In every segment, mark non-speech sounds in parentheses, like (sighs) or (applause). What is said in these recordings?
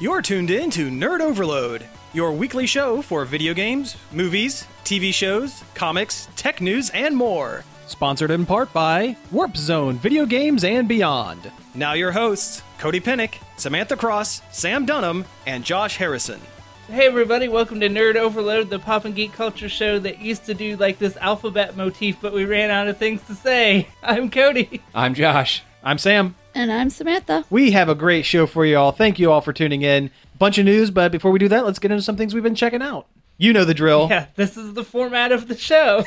You're tuned in to Nerd Overload, your weekly show for video games, movies, TV shows, comics, tech news, and more. Sponsored in part by Warp Zone Video Games and Beyond. Now, your hosts, Cody Pennick, Samantha Cross, Sam Dunham, and Josh Harrison. Hey everybody, welcome to Nerd Overload, the pop and geek culture show that used to do like this alphabet motif, but we ran out of things to say. (laughs) I'm Cody. I'm Josh. I'm Sam. And I'm Samantha. We have a great show for you all. Thank you all for tuning in. Bunch of news, but before we do that, let's get into some things we've been checking out. You know the drill. Yeah, this is the format of (laughs) the show.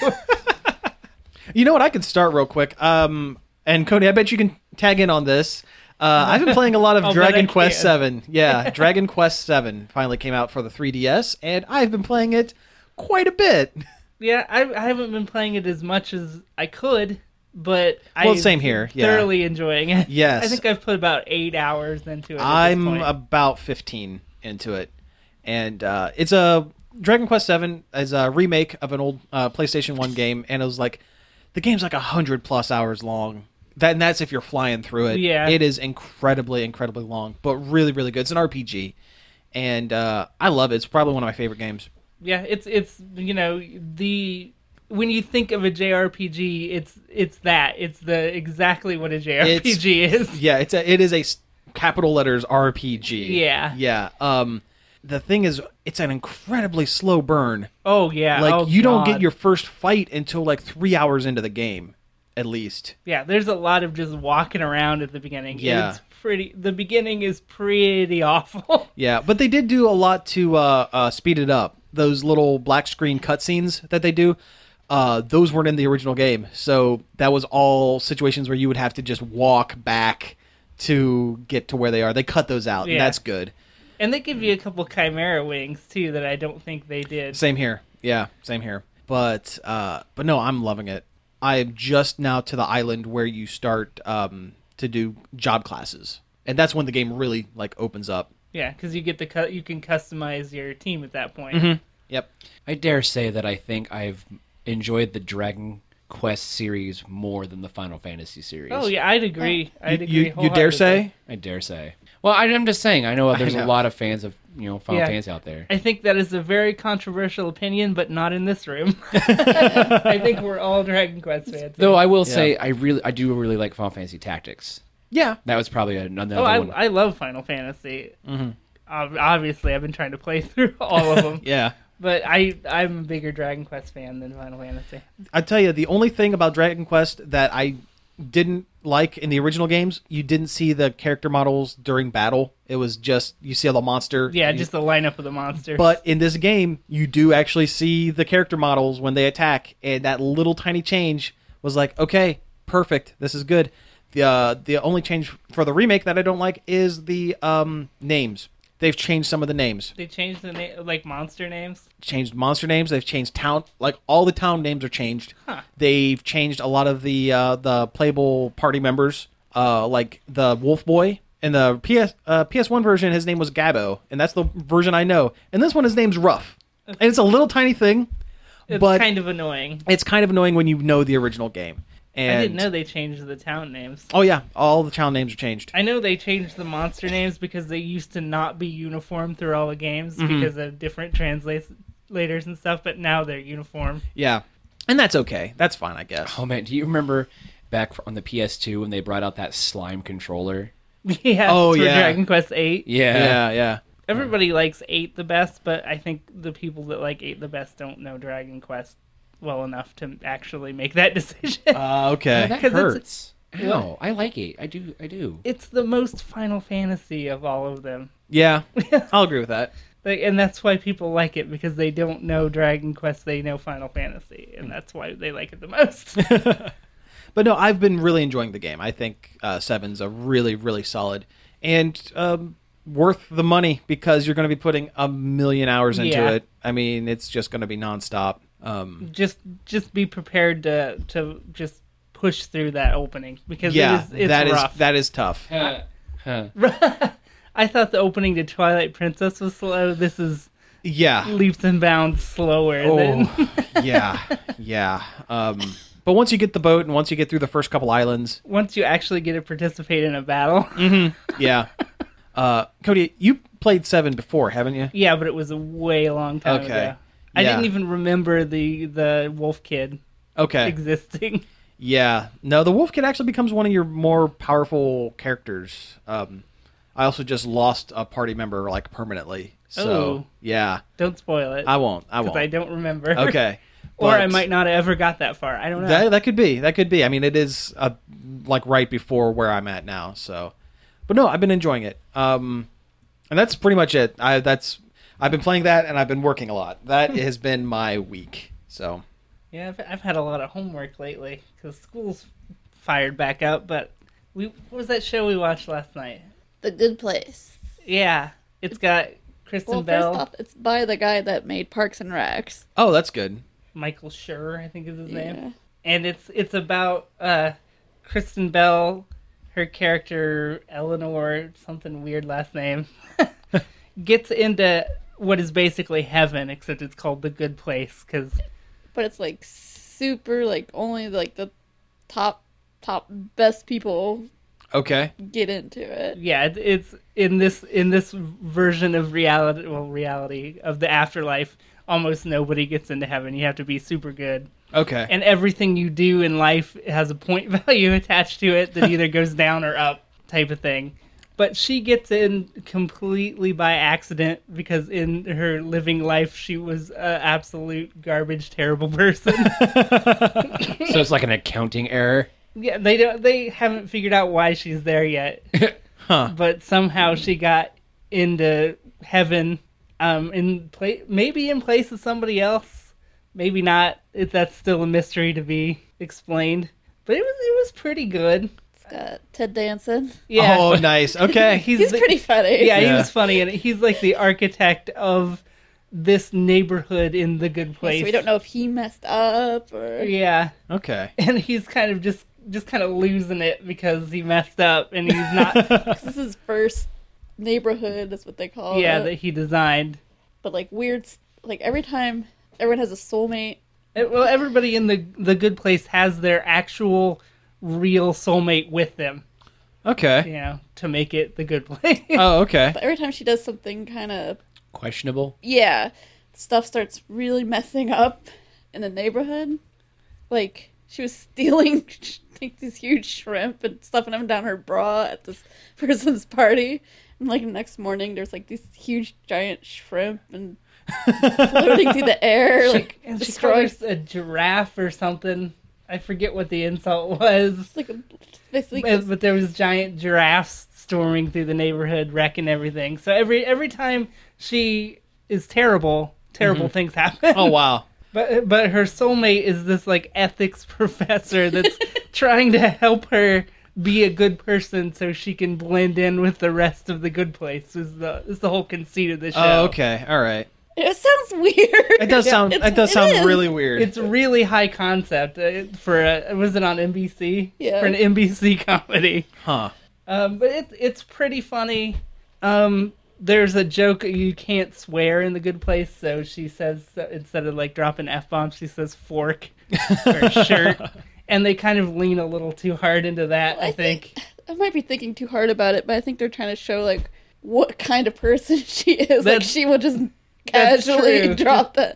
You know what? I could start real quick. Um, and Cody, I bet you can tag in on this. Uh, I've been playing a lot (laughs) I'll of bet I Dragon Quest can. Seven. Yeah, (laughs) Dragon Quest Seven finally came out for the 3DS, and I've been playing it quite a bit. yeah, I, I haven't been playing it as much as I could, but Well, I same here, yeah. Thoroughly enjoying it. Yes. (laughs) I think I've put about eight hours into it. at I'm this point. about 15 into it, and uh, it's a Dragon Quest Seven is a remake of an old uh, PlayStation One game, and it was like the game's like hundred plus hours long. That and that's if you're flying through it. Yeah. it is incredibly, incredibly long, but really, really good. It's an RPG, and uh, I love it. It's probably one of my favorite games. yeah it's it's you know the when you think of a jrpg it's it's that it's the exactly what a jrpg is Yeah, it's a, it is a s- capital letters RPG. Yeah. yeah. Um, the thing is, it's an incredibly slow burn. oh yeah like oh, you don't get God. your first fight until like three hours into the game at least yeah there's a lot of just walking around at the beginning Yeah. it's pretty the beginning is pretty (laughs) awful yeah but they did do a lot to uh, uh speed it up those little black screen cutscenes that they do uh those weren't in the original game so that was all situations where you would have to just walk back to get to where they are they cut those out and Yeah. that's good and they give you a couple chimera wings too that i don't think they did Same here. Yeah, same here. But uh but no, I'm loving it. I am just now to the island where you start um to do job classes. And that's when the game really like opens up. yeah because you get the cut you can customize your team at that point Yep. I dare say that I think I've enjoyed the Dragon Quest series more than the Final Fantasy series. oh yeah i'd agree i'd You, agree you, you dare wholeheartedly. say? I dare say. Well, I, I'm just saying. I know there's know. a lot of fans of you know Final Yeah. Fantasy out there. I think that is a very controversial opinion, but not in this room. (laughs) I think we're all Dragon Quest fans. Though I will say, I really, I do really like Final Fantasy Tactics. Yeah. That was probably another oh, I, one. I Mm-hmm. love Final Fantasy. Ob- Obviously, I've been trying to play (laughs) through all of them, Yeah. but I I'm a bigger Dragon Quest fan than Final Fantasy. I tell you, the only thing about Dragon Quest that I didn't like in the original games, you didn't see the character models during battle. It was just you see the monster. Yeah, and you- just the lineup of the monsters. But in this game, you do actually see the character models when they attack, and that little tiny change was like, okay, perfect, this is good. The uh, the only change for the remake that I don't like is the um, names. They've changed some of the names, they changed the name, like monster names. changed monster names. They've changed town, like all the town names are changed. They've changed a lot of the uh, the playable party members, uh, like the Wolf Boy. In the PS uh, PS1 version, his name was Gabbo, and that's the version I know. And this one, his name's Ruff, and it's a little tiny thing, It's but kind of annoying. it's kind of annoying when you know the original game. And I didn't know they changed the town names. oh yeah, all the town names are changed. I know they changed the monster names because they used to not be uniform through all the games Mm-hmm. because of different translators and stuff, but now they're uniform. (laughs) Yeah, and that's okay. That's fine, I guess. oh man, do you remember back on the PS2 when they brought out that slime controller? yeah. Oh, for yeah. Dragon Quest Eight. Yeah. yeah, yeah. Everybody likes Eight the best, but I think the people that like Eight the best don't know Dragon Quest well enough to actually make that (laughs) decision. Uh, okay, that (laughs) 'Cause it's- hurts. Ow, I like it. I do. I do. it's the most Final Fantasy of all of them. (laughs) yeah, I'll agree with that. Like, and that's why people like it because they don't know Dragon Quest, they know Final Fantasy, and that's why they like it (laughs) the most. (laughs) But no, I've been really enjoying the game. I think uh, Seven's a really, really solid and um, worth the money because you're going to be putting a million hours into Yeah. it. I mean, it's just going to be nonstop. Um, just just be prepared to to just push through that opening because yeah, it is, it's that is rough. that is tough. Uh, Huh. (laughs) I thought the opening to Twilight Princess was slow. This is Yeah. leaps and bounds slower. Than, (laughs) Oh, yeah, yeah. Um, but once you get the boat and once you get through the first couple islands, (laughs) Mm-hmm. once you actually get to participate in a battle, yeah. Uh, Cody, you played seven before, haven't (laughs) you? Yeah, but it was a way long time Okay. ago. I Yeah. didn't even remember the the wolf kid Okay. existing. (laughs) Yeah. No, the wolf kid actually becomes one of your more powerful characters. Um, I also just lost a party member like permanently. So Oh. yeah, Don't spoil it. I won't. I Because won't. I don't remember. Okay. (laughs) or I But might not have ever got that far. I don't know. That, that could be. That could be. I mean, it is uh, like right before where I'm at now. So, but no, I've been enjoying it. Um, and that's pretty much it. I that's I've been playing that and I've been working a lot. (laughs) That has been my week. So yeah, I've, I've had a lot of homework lately because school's fired back up. But we what was that show we watched last night? The Good Place. Yeah, it's got Kristen Well, Bell, first off, it's by the guy that made Parks and Recs. oh, that's good. Michael Schur, I think is his name. Yeah. and it's it's about uh Kristen Bell, her character Eleanor, something weird last name, (laughs) gets into what is basically heaven, except it's called the good place because But it's like super like only like the top top best people Okay. get into it. yeah, it, it's in this in this version of reality, well, reality of the afterlife. Almost nobody gets into heaven. You have to be super good, Okay. and everything you do in life has a point (laughs) value attached to it that either goes down or up type of thing. But she gets in completely by accident because in her living life she was an absolute garbage, terrible person. So it's like an accounting error. yeah, they don't. They haven't figured out why she's there yet. Huh. But somehow she got into heaven, um, in pla- maybe in place of somebody else, maybe not. If that's still a mystery to be explained. But it was it was pretty good. It's got Ted Danson. Yeah, (laughs) Oh, nice. Okay. he's, He's the- pretty funny. Yeah, Yeah. he was funny, and he's like the architect of this neighborhood in the good place. So we don't know if he messed up or Yeah, Okay. and he's kind of just just kind of losing it because he messed up, and he's not. 'cause this is first neighborhood. That's what they call yeah, it. that he designed. But like weird, s- like every time everyone has a soulmate. Uh, Well, everybody in the the good place has their actual real soulmate with them, you Okay. know, to make it the good (laughs) place. Oh, okay. But every time she does something kind of Questionable. yeah, stuff starts really messing up in the neighborhood. Like she was (laughs) stealing like these huge shrimp and stuffing them down her bra at this (laughs) person's party. And like next morning, there's like these huge giant shrimp and floating through the (laughs) air, like and she destroying. called her a giraffe or something. I forget what the insult was. It's like a, basically But, but there was giant giraffes storming through the neighborhood, wrecking everything. So every every time she is terrible, terrible things happen. Oh, wow. But but her soulmate is this like ethics (laughs) (laughs) professor that's trying to help her be a good person so she can blend in with the rest of the good place. Is the is the whole conceit of the show? Oh, okay. All right. it sounds weird. It (laughs) does sound. It's- It does it sound is. really weird. It's really high concept uh, for a, was it on NBC? Yeah. For an NBC comedy. huh. Um, but it, it's pretty funny. Um, there's a joke you can't swear in the good place, so she says so instead of like dropping f bombs, she says fork or shirt, and they kind of lean a little too hard into that. I I think. I might be thinking too hard about it, but I think they're trying to show like what kind of person (laughs) she is. like That's- she will just that's true. casually (laughs) drop the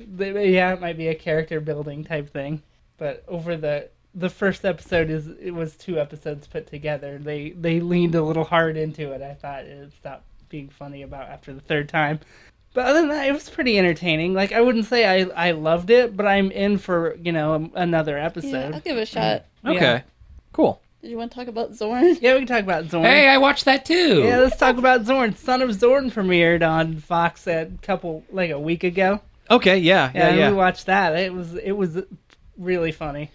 They- yeah, it might be a character building type thing. But over the the first episode is it was two episodes put together. They they leaned a little hard into it. I thought it stopped being funny about after the third time. But other than that, it was pretty entertaining. Like I wouldn't say I I loved it, but I'm in for you know um, another Yeah, I'll episode. give it a shot. Okay. Yeah. Cool. Did Mm-hmm. you want to talk about (laughs) Zorn? Yeah, we can talk about Zorn. Hey, oh. I watched that too. Yeah, let's talk about Zorn. Son of Zorn premiered on Fox a couple like a week ago. Okay. Yeah. Yeah, Yeah. Yeah. we watched that. It was it was really funny.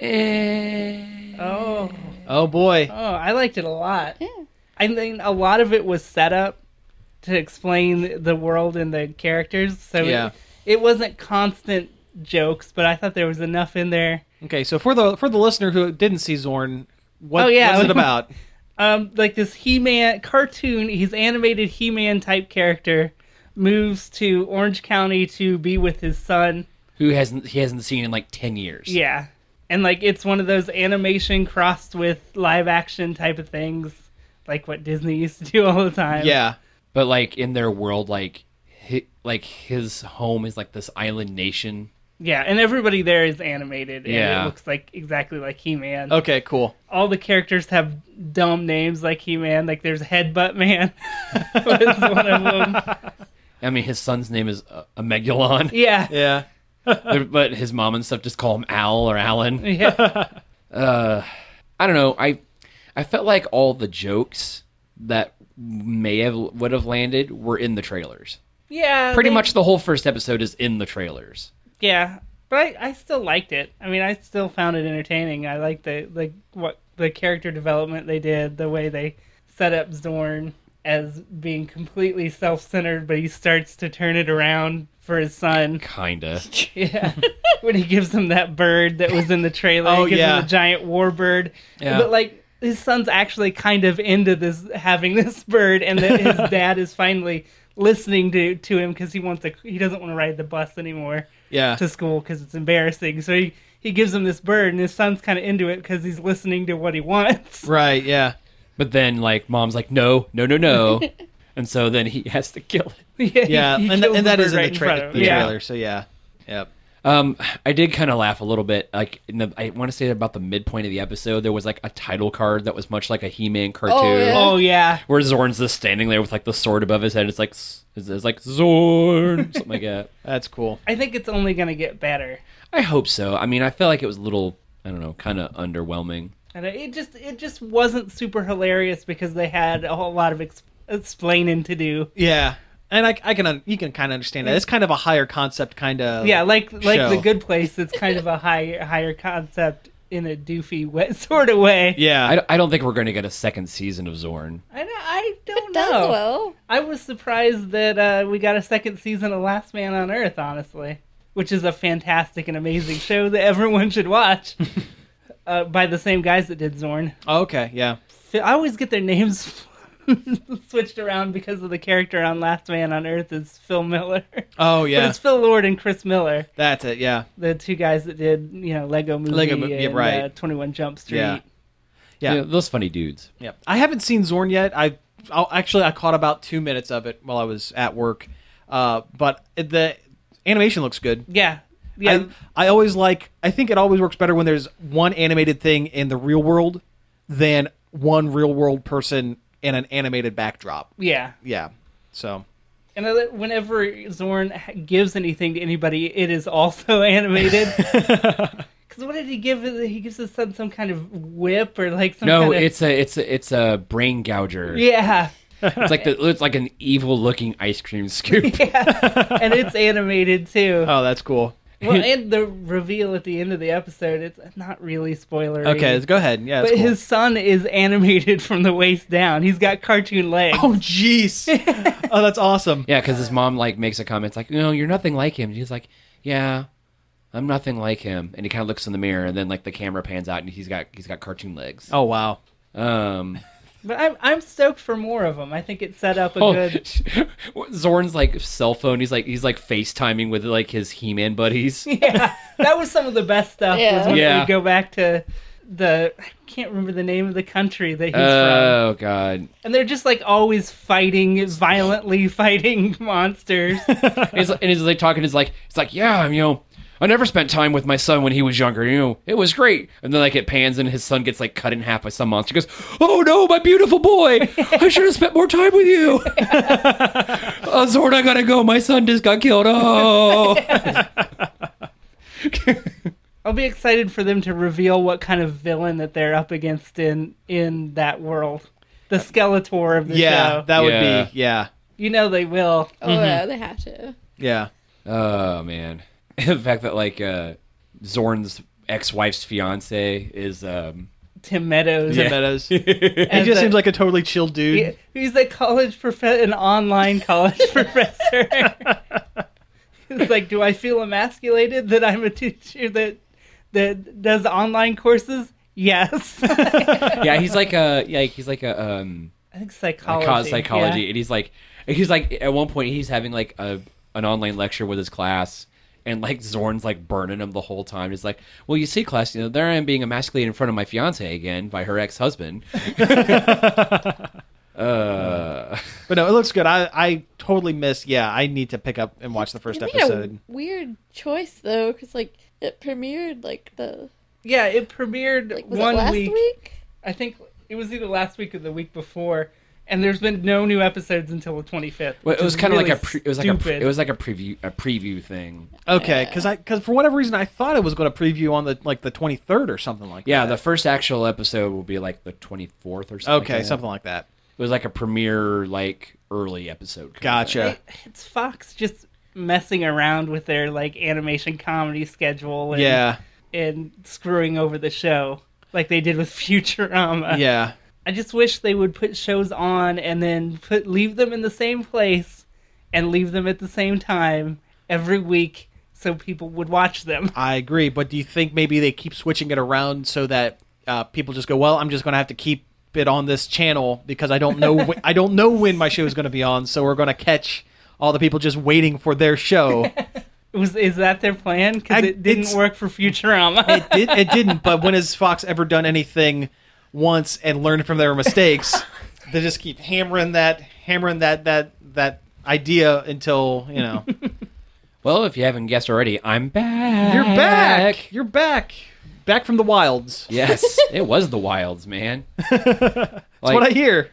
Eh. Oh, Oh boy. oh, I liked it a lot. Yeah. I think a lot of it was set up to explain the world and the characters, so it- Yeah. it, wasn't constant jokes. But I thought there was enough in there. Okay. So for the for the listener who didn't see Zorn, what Oh, yeah. was it (laughs) about? Um, like this He-Man cartoon, he's animated He-Man type character moves to Orange County to be with his son. Who hasn't he hasn't seen in like ten years? Yeah. And like it's one of those animation crossed with live action type of things like what Disney used to do all the time. Yeah, but like in their world, like hi, like his home is like this island nation. Yeah, and everybody there is animated, and Yeah. Oh. it looks like exactly like He Man. Okay, cool. All the characters have dumb names like He Man. Like there's Headbutt Man, (laughs) was one of them. I mean, his son's name is uh, Amegulon, (laughs) Yeah, Yeah. but his mom and stuff just call him Al or Alan. yeah, I don't know. I I felt like all the jokes that may have would have landed were in the trailers. yeah. Pretty they- much the whole first episode is in the trailers. Yeah, but I, I still liked it. I mean, I still found it entertaining. I liked the the what the character development they did, the way they set up Zorn as being completely self-centered, but he starts to turn it around for his son. Kinda. (laughs) Yeah, when he gives him that bird that was in the trailer, Oh, he gives yeah. him a giant warbird. Yeah. But like his son's actually kind of into this having (laughs) this bird, and that (laughs) his dad is finally listening to to him because he wants to. He doesn't want to ride the bus anymore Yeah. to school because it's embarrassing. So he he gives him this bird, and his son's kind of into it because he's listening to what he wants. (laughs) Right, yeah. But then like mom's like, no, no, no, no. and so then he (laughs) has to kill it. yeah, Yeah, he- he and, kills and that bird is in right the, front tra- of the him. Yeah. trailer, so yeah. Yep. Um, I did kind of laugh a little bit. Like, in the, I want to say about the midpoint of the episode, there was like a title card that was much like a He-Man cartoon, yeah. Oh yeah, where Zorn's just standing there with like the sword above his head. It's like s- it's, it's like Zorn, something like that. That's cool. I think it's only gonna get better. I hope so. I mean, I feel like it was a little, I don't know, kind of underwhelming. And it just it just wasn't super hilarious because they had a whole lot of ex- explaining to do. Yeah. And I, I can un- you can kind of understand that. It's kind of a higher concept kind of Yeah, like like show. the Good Place. It's kind of a higher higher concept in a doofy (laughs) wet sort of way. Yeah. I, don't- I don't think we're going to get a second season of Zorn. I don't, I don't It does know. well. I was surprised that uh, we got a second season of Last Man on Earth, honestly, which is a fantastic and amazing show that everyone should watch. uh, by the same guys that did Zorn. Oh, okay, yeah. F- I always get their names (laughs) switched around because of the character on Last Man on Earth is Phil Miller. Oh (laughs) But yeah. it's Phil Lord and Chris Miller, That's it, yeah. the two guys that did, you know, Lego Movie Lego Mo- and yeah, right. uh, 21 Jump Street. Yeah. Yeah. Yeah, those funny dudes. Yeah, I haven't seen Zorn yet. I I'll, actually I caught about two minutes of it while I was at work, uh, but the animation looks good. Yeah. Yeah. I, I always like. I think it always works better when there's one animated thing in the real world than one real world person in an animated backdrop. yeah. Yeah, so And I li- whenever Zorn h- gives anything to anybody, it is also (laughs) (laughs) animated. Because what did he give? He gives his son some kind of whip or like some No, kind of- it's a it's a it's a brain gouger. yeah, (laughs) It's like the it's like an evil looking ice cream (laughs) scoop. yeah, and it's animated too. oh, that's cool. Well, and the reveal at the end of the episode, it's not really spoilery. Okay, go ahead. Yeah, but it's cool. his son is animated (laughs) from the waist down. He's got cartoon legs. (laughs) oh jeez, oh that's awesome. Yeah, because his mom like makes a comment it's like, "No, you're nothing like him." He's like, "Yeah, I'm nothing like him." And he kind of looks in the mirror, and then like the camera pans out, and he's got he's got cartoon legs. Oh wow. Um, But I'm I'm stoked for more of them. I think it set up a oh, (laughs) good. (laughs) (laughs) Zorn's like cell phone. He's like he's like FaceTiming with like his He-Man buddies. yeah, that was some of the best stuff. Was Yeah. when Yeah. we go back to the I can't remember the name of the country that he's Uh, from, oh God, and they're just like always fighting, violently (laughs) fighting monsters. and he's, and he's like talking. He's like it's like yeah, you know. I never spent time with my son when he was younger. You know, it was great. And then like it pans and his son gets like cut in half by some monster. He goes, "Oh no, my beautiful boy! I should have spent more time with you." (laughs) oh Zord, I gotta go. My son just got killed. Oh, I'll be excited for them to reveal what kind of villain that they're up against in in that world. The Skeletor of the Yeah, show. that would Yeah. be yeah, you know they will. Oh yeah, they have to. yeah. oh man. (laughs) the fact that like uh, Zorn's ex-wife's fiance is um, (laughs) Tim Meadows. Tim Yeah. Meadows. as He just a- seems like a totally chill dude. he- he's a college professor, an online college (laughs) professor. (laughs) He's like, do I feel emasculated that I'm a teacher that that does online courses? Yes. (laughs) I yeah, he's like a yeah, he's like a um, think psychology, psychology. psychology and he's like he's like at one point he's having like a an online lecture with his class and like Zorn's like burning him the whole time. He's like, "Well, you see, class, you know, there I am being emasculated in front of my fiance again by her (laughs) ex husband." uh, (laughs) But no, it looks good. I, I totally missed. Yeah, I need to pick up and watch the first They made episode. a weird choice though, because like it premiered like the Yeah, it premiered like was one it last week. week. I think it was either last week or the week before, and there's been no new episodes until the 25th. well, which it was is kind of really like a pre- it was like a pre- stupid. it was like a preview a preview thing. Okay, because I because for whatever reason I thought it was going to preview on the like the twenty third or something like Yeah, the that. first actual episode will be like the twenty fourth or something. okay like that. something like that. It was like a premiere like early episode. kind of Gotcha. It- it's Fox just messing around with their like animation comedy schedule and, Yeah, and screwing over the show like they did with (laughs) Futurama. yeah. I just wish they would put shows on and then put leave them in the same place and leave them at the same time every week so people would watch them. (laughs) I agree. But do you think maybe they keep switching it around so that uh, people just go, well, I'm just going to have to keep it on this channel because I don't know wh- I don't know when my show is going to be on, so we're going to catch all the people just waiting for their show. Was is that their plan? I- Because it didn't it's- work for Futurama. it, did, it didn't. But when has Fox ever done anything once and learned from their mistakes? they just keep hammering that, hammering that, that, that idea until you know Well, if you haven't guessed already, I'm back. you're back. You're back. Back from the wilds. yes, it was the Wilds, man. (laughs) That's what I hear.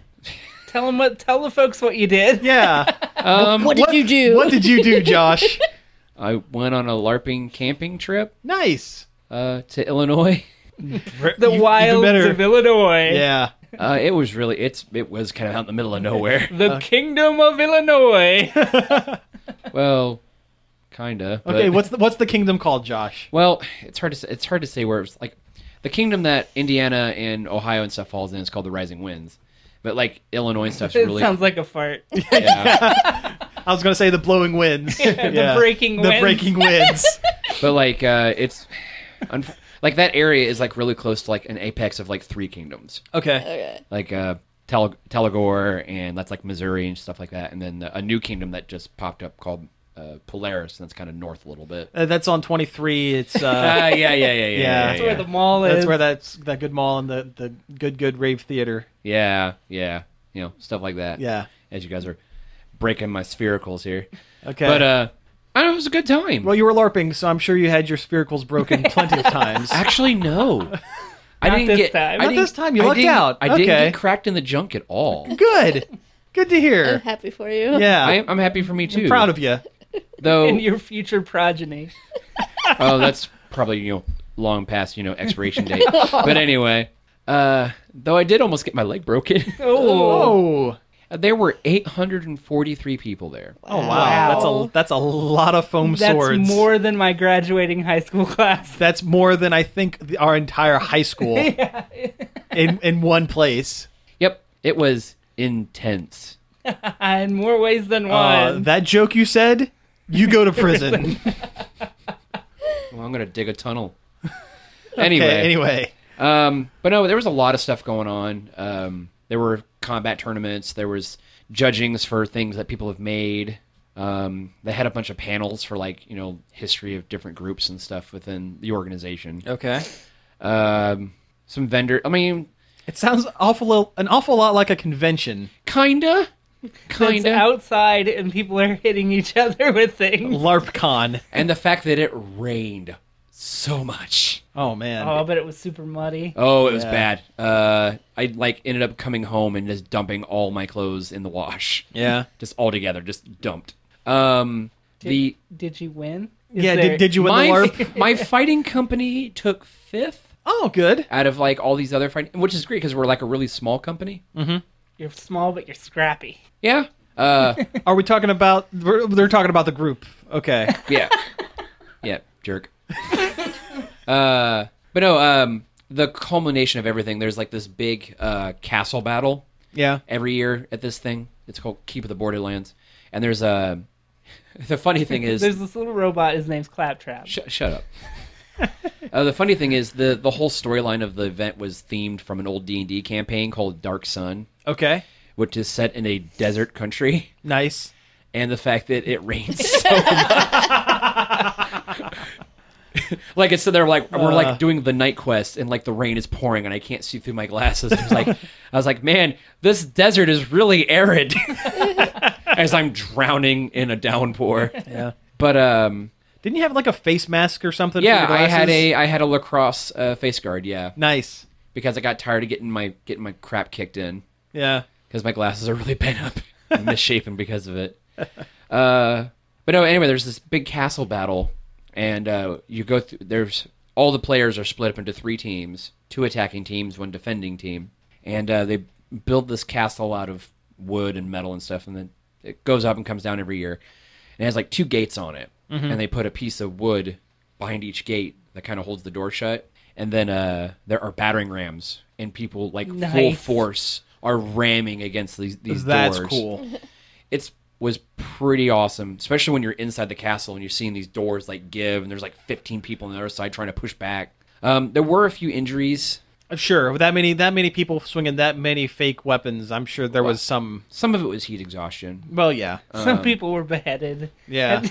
tell them what tell the folks what you did. Yeah. um, What did you do? What did you do, Josh? I went on a LARPing camping trip Nice. uh, to Illinois. The Even wilds better. of Illinois. Yeah. Uh, it was really it's it was kind of out in the middle of nowhere. The Uh, kingdom (laughs) of Illinois. well, kinda. But, Okay. What's the what's the kingdom called, Josh? well? It's hard to say, it's hard to say where it's like the kingdom that Indiana and Ohio and stuff falls in is called the Rising Winds, but like Illinois and (laughs) stuff's it really sounds like a fart. yeah. I was gonna say the blowing winds. Yeah. breaking The winds. breaking winds. (laughs) but like uh, it's unf- like that area is like really close to like an apex of like three kingdoms okay. Okay. like uh Tel- Telagor and that's like Missouri and stuff like that and then the, a new kingdom that just popped up called uh, Polaris and that's kind of north a little bit Uh, that's on twenty three. It's uh, (laughs) Ah, yeah yeah yeah yeah yeah That's That's yeah, where the mall is. that's where that's that good mall and the the good good rave theater. yeah yeah you know stuff like that Yeah. as you guys are breaking my sphericals here Okay. but uh I don't know, it was a good time well, you were larping, so I'm sure you had your sphericals broken plenty of times. (laughs) actually no I Not didn't this get time. I Not didn't- this time, you I lucked didn't- out. I didn't Okay. get cracked in the junk at all Good. Good to I'm hear. happy for you. (laughs) Yeah. I am, I'm happy for me too. proud of you. though. Oh. and your future progeny. oh, that's probably you know long past you know expiration date. but anyway, uh, though I did almost get my leg broken. (laughs) Oh, Oh. there were 843 people there. Oh wow. Wow. That's a that's a lot of foam that's swords. more than my graduating high school (laughs) class. That's more than I think the, our entire high school in in one place. Yep, it was intense. In more ways than Uh, one. that joke you said, you go to prison. Well, I'm gonna dig a tunnel. anyway. anyway, Okay, anyway. Um, but no, there was a lot of stuff going on. Um, there were combat tournaments. There was judgings for things that people have made. Um, they had a bunch of panels for like you know history of different groups and stuff within the organization. Okay. um, some vendor. I mean, It sounds awful an awful lot like a convention. kinda, it's kinda. outside and people are hitting each other (laughs) with things. LARPCon. And the fact that it rained so much. Oh man. Oh, but it was super muddy. Oh, it was Yeah. bad. Uh, I like ended up coming home and just dumping all my clothes in the wash, yeah. just all together, just dumped. Um, the Did you win? Is Yeah, there- did, did you win my the LARP? (laughs) my fighting company took fifth Oh, good. out of like all these other fighting, which is great because we're like a really small company. Mm. You're small, but you're scrappy. Yeah. Uh, (laughs) Are we talking about? We're, they're talking about the group. Okay. (laughs) yeah. Yeah, jerk. uh, but no, um, the culmination of everything, there's like this big uh, castle battle Yeah. every year at this thing. It's called Keep of the Borderlands. And there's a. (laughs) The funny thing is. There's this little robot. His name's Claptrap. Sh- shut up. (laughs) uh, the funny thing is the, the whole storyline of the event was themed from an old D&D campaign called Dark Sun, Okay. which is set in a desert country. Nice. And the fact that it rains so much. (laughs) like it's so they're like we're Uh. like doing the night quest and like the rain is pouring and I can't see through my glasses. It's like I was like, man, this desert is really arid (laughs) as I'm drowning in a downpour. Yeah. But um Didn't you have like a face mask or something? for yeah, your I had glasses? a I had a lacrosse uh, face guard, yeah, nice. because I got tired of getting my getting my crap kicked in Yeah. because my glasses are really bent up (laughs) and misshapen because of it. Uh, but no, anyway, there's this big castle battle, and uh, you go through. There's all the players are split up into three teams: two attacking teams, one defending team, and uh, they build this castle out of wood and metal and stuff, and then it goes up and comes down every year, and it has like two gates on it, and they put a piece of wood behind each gate that kind of holds the door shut, and then uh, there are battering rams, and people like full Nice. force are ramming against these these That's doors cool. it's was pretty awesome, especially when you're inside the castle and you're seeing these doors like give, and there's like 15 people on the other side trying to push back. Um, there were a few injuries. I'm sure with that many that many people swinging that many fake weapons, I'm sure there was some. Some of it was heat exhaustion. Well, yeah, Uh. Some people were beheaded. Um, (laughs) (laughs) yeah.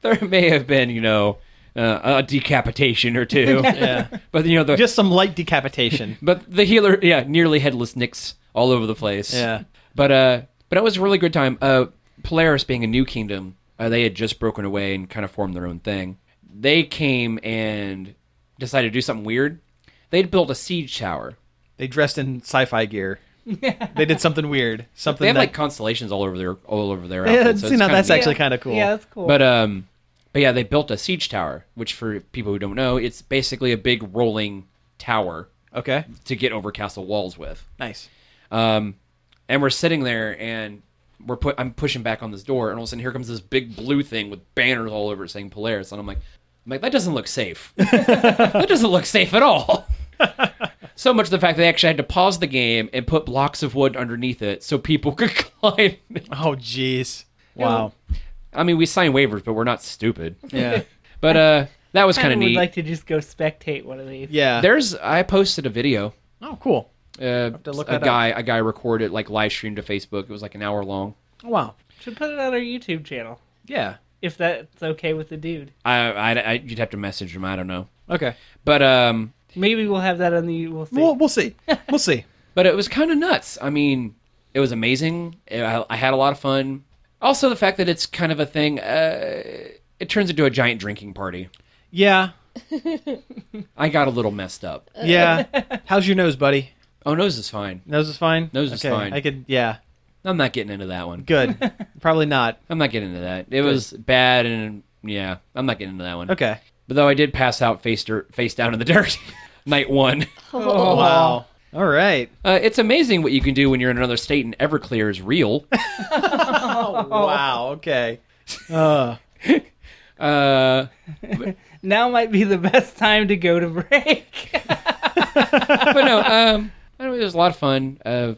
There (laughs) may have been, you know, uh, a decapitation or two. yeah, but you know the Just some light decapitation. but the healer, yeah, nearly headless nicks all over the place. Yeah. but uh, but it was a really good time. Uh, Polaris being a new kingdom, uh, they had just broken away and kind of formed their own thing. They came and decided to do something weird. They'd built a siege tower. they dressed in sci-fi (laughs) gear. they did something weird. Something They have that like constellations all over their all over their Yeah, outfits. so see, it's now kinda that's neat. actually kind of cool. Yeah, that's cool. But um, but yeah, they built a siege tower, which for people who don't know, it's basically a big rolling tower Okay. to get over castle walls with. Nice. Um, and we're sitting there, and we're put. I'm pushing back on this door, and all of a sudden, here comes this big blue thing with banners all over it saying Polaris, and I'm like, I'm like, that doesn't look safe. that doesn't look safe at all. (laughs) so much the fact that they actually had to pause the game and put blocks of wood underneath it so people (laughs) could climb. Oh, jeez. Wow. I mean, we signed waivers, but we're not stupid. (laughs) Yeah. But uh, that was kind I of would neat. like to just go spectate one of these. Yeah. There's, I posted a video. oh, cool. Uh, to look a that up. guy, a guy recorded like live streamed to Facebook. It was like an hour long. Oh, wow. Should put it on our YouTube channel Yeah. if that's okay with the dude. I, I, I you'd have to message him. I don't know, Okay. but um, Maybe we'll have that on the. We'll see. We'll, we'll (laughs) see. We'll see. but it was kind of nuts. I mean, it was amazing. I, I had a lot of fun. Also, the fact that it's kind of a thing. Uh, it turns into a giant drinking party. Yeah. I got a little messed up. Yeah. How's your nose, buddy? Oh, nose is fine. Nose is fine. Nose is fine. I could. Yeah. I'm not getting into that one. (laughs) Good. Probably not. I'm not getting into that. It was bad, and yeah, I'm not getting into that one. Okay. But though I did pass out face dirt, face down in the dirt, (laughs) night one. Oh, Oh, Oh. Wow. All right. Uh, it's amazing what you can do when you're in another state and Everclear is real. Oh. Wow. Okay. Uh, Uh, (laughs) now might be the best time to go to break. (laughs) but no, um, I don't know, it was a lot of fun. Uh,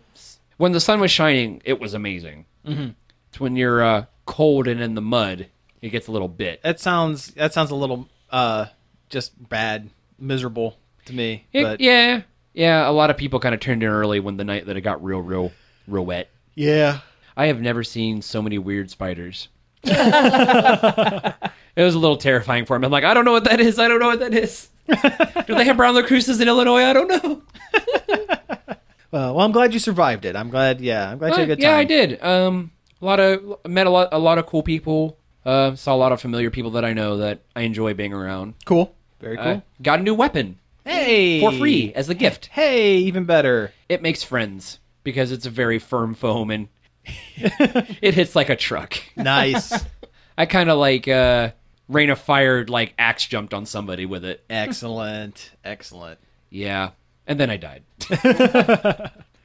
when the sun was shining, it was amazing. Mm-hmm. It's when you're uh, cold and in the mud, it gets a little bit. that sounds. That sounds a little. Uh, just bad, miserable to me. It- but yeah, yeah. A lot of people kind of turned in early when the night that it got real, real, real wet. yeah. I have never seen so many weird spiders. (laughs) it was a little terrifying for me. I'm like, I don't know what that is. I don't know what that is. (laughs) Do they have brown lacroixes in Illinois? I don't know. Uh, well, I'm glad you survived it. I'm glad. Yeah, I'm glad you had a good yeah, time. I did. Um, a lot of met a lot, a lot of cool people. Uh, saw a lot of familiar people that I know that I enjoy being around. Cool. Very cool. Uh, got a new weapon hey, for free as a gift. Hey, even better. It makes friends because it's a very firm foam and (laughs) it hits like a truck. Nice. (laughs) I kind of like uh, rain of fire like axe jumped on somebody with it. excellent. Excellent. Yeah, and then I died.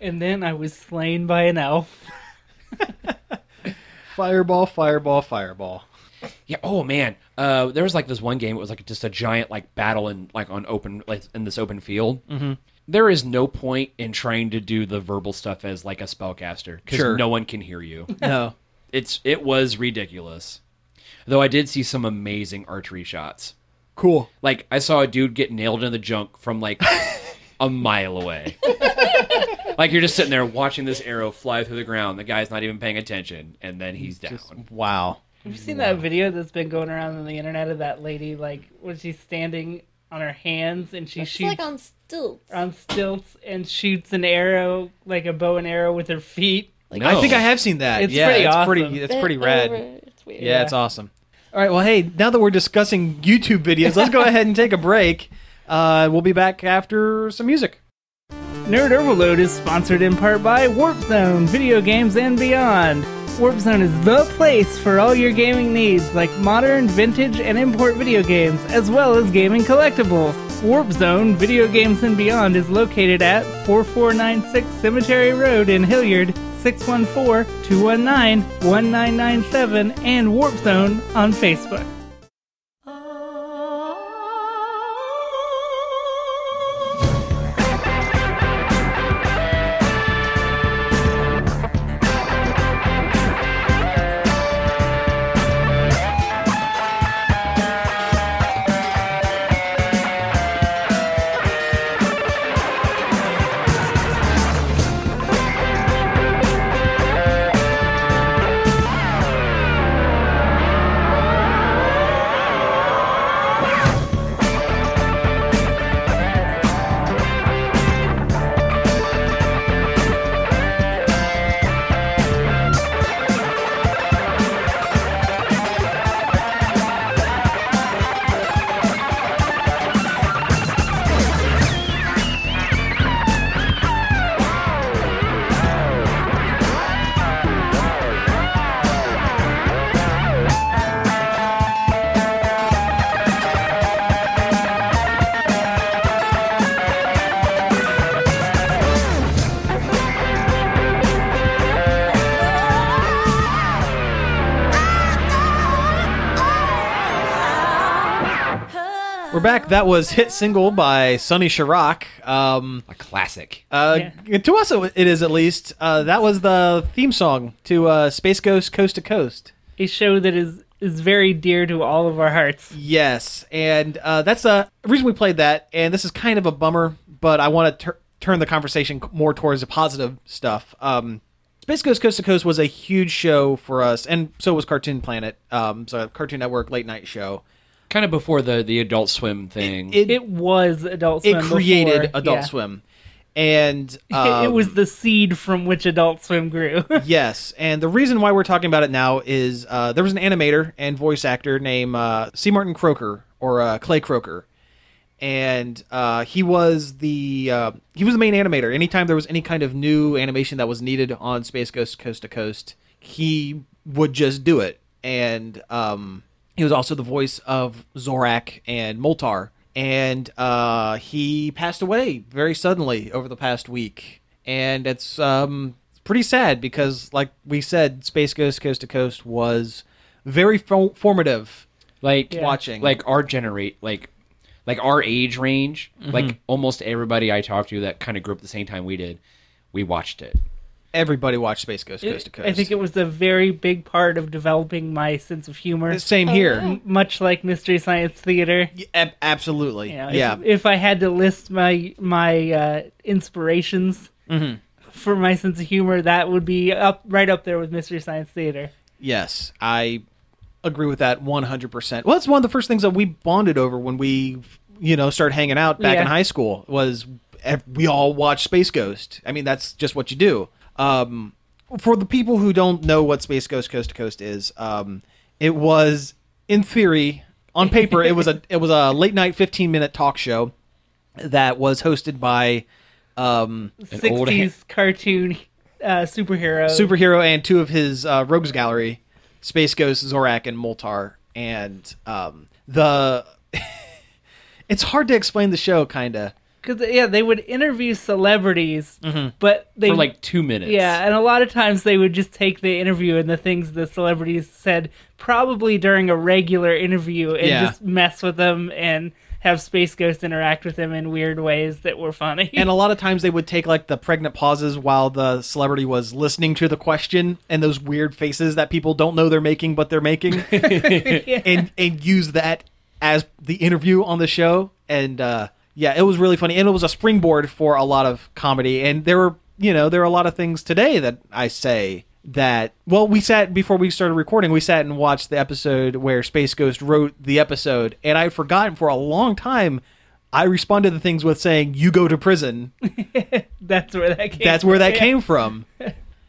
and then I was slain by an elf. Fireball, fireball, fireball. Yeah. Oh man. Uh, there was like this one game. It was like just a giant like battle in like on open like in this open field. Mm-hmm. is no point in trying to do the verbal stuff as like a spellcaster because Sure. no one can (laughs) hear you. No. it's it was ridiculous. Though I did see some amazing archery shots. Cool. Like I saw a dude get nailed in the junk (laughs) from like a mile away. like you're just sitting there watching this arrow fly through the ground. The guy's not even paying attention, and then he's down. Wow. Have you seen that video that's been going around on the internet of that lady like when she's standing on her hands and she It's shoots like on stilts. on stilts and shoots an arrow like a bow and arrow with her feet? Like, No. I think I have seen that. It's yeah, pretty it's pretty. awesome. It's bent pretty rad. over. It's weird. Yeah, it's awesome. All right, well, hey, now that we're discussing YouTube videos, let's go ahead and take a break. Uh, we'll be back after some music. Nerd Overload is sponsored in part by Warp Zone, video games, and beyond. Warp Zone is the place for all your gaming needs, like modern, vintage, and import video games, as well as gaming collectibles. Warp Zone, video games, and beyond is located at 4496 Cemetery Road in Hilliard, 614 219 1997, and Warp Zone on Facebook. We're back. That was hit single by Sonny Chirac. Um, A classic. uh, To us, it is at least. Uh, that was the theme song to uh, Space Ghost Coast to Coast. A show that is, is very dear to all of our hearts. Yes, and uh, that's the reason we played that. And this is kind of a bummer, but I want to tur- turn the conversation more towards the positive stuff. Um, Space Coast Coast to Coast was a huge show for us, and so was Cartoon Planet, um, so Cartoon Network late night show. Kind of before the the Adult Swim thing. It it, It was Adult Swim. created before, Adult yeah. Swim, and (laughs) It- um, it was the seed from which Adult Swim grew. yes, and the reason why we're talking about it now is uh, there was an animator and voice actor named uh, C. Martin Croker or uh, Clay Croker, and uh, he was the uh, he was the main animator. Anytime there was any kind of new animation that was needed on Space Ghost Coast to Coast, he would just do it. And um, he was also the voice of Zorak and Moltar. And uh, he passed away very suddenly over the past week, and it's um, it's pretty sad because, like we said, Space Ghost Coast to Coast was very fo- formative like watching. like our generate like like our age range Mm-hmm. like almost everybody i talked to that kind of grew up at the same time we did we watched it everybody watched Space Ghost Coast to Coast. (laughs) I think it was a very big part of developing my sense of humor, same here. M- much like Mystery Science Theater. Y- ab- absolutely. You know, if, yeah. if I had to list my my uh, inspirations Mm-hmm. for my sense of humor, that would be up right up there with Mystery Science Theater. yes. I agree with that 100%. Well, it's one of the first things that we bonded over when we, you know, started hanging out back in Yeah. high school was ev- we all watched Space Ghost. I mean, that's just what you do. Um, for the people who don't know what Space Ghost Coast to Coast is, um, it was in theory on paper it (laughs) was a it was a late night 15 minute talk show that was hosted by um, old Sixties cartoon uh, superhero. superhero and two of his uh, rogues gallery space ghost zorak and moltar and um, the (laughs) it's hard to explain the show kinda Because yeah, they would interview celebrities, Mm-hmm. but they for like two minutes Yeah, and a lot of times they would just take the interview and the things the celebrities said, probably during a regular interview, and Yeah. just mess with them and have Space Ghost interact with them in weird ways that were funny. and a lot of times they would take like the pregnant pauses while the celebrity was listening to the question and those weird faces that people don't know they're making but they're making and and use that as the interview on the show and uh yeah it was really funny and it was a springboard for a lot of comedy and there were you know there are a lot of things today that i say that well we sat before we started recording we sat and watched the episode where space ghost wrote the episode and i'd forgotten for a long time i responded to things with saying you go to prison (laughs) That's where that came. that's where that yeah. came from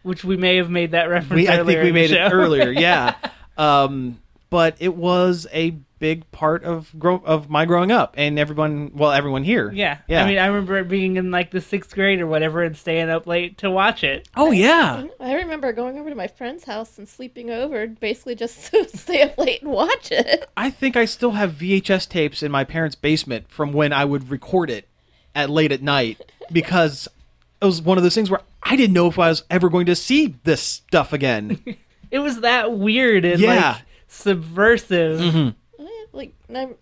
Which we may have made that reference. we, i think earlier we in the made it show. earlier yeah um, but it was a big part of grow of my growing up and everyone well everyone here (laughs) Yeah. yeah I mean, I remember it being in like the sixth grade or whatever, and staying up late to watch it. oh yeah I remember going over to my friend's house and sleeping over, basically just (laughs) to stay up late and watch it. I think I still have VHS tapes in my parents' basement from when I would record it at late at night because it was one of those things where I didn't know if I was ever going to see this stuff again. It was that weird and Yeah. Mm-hmm. like subversive. Like, and I'm,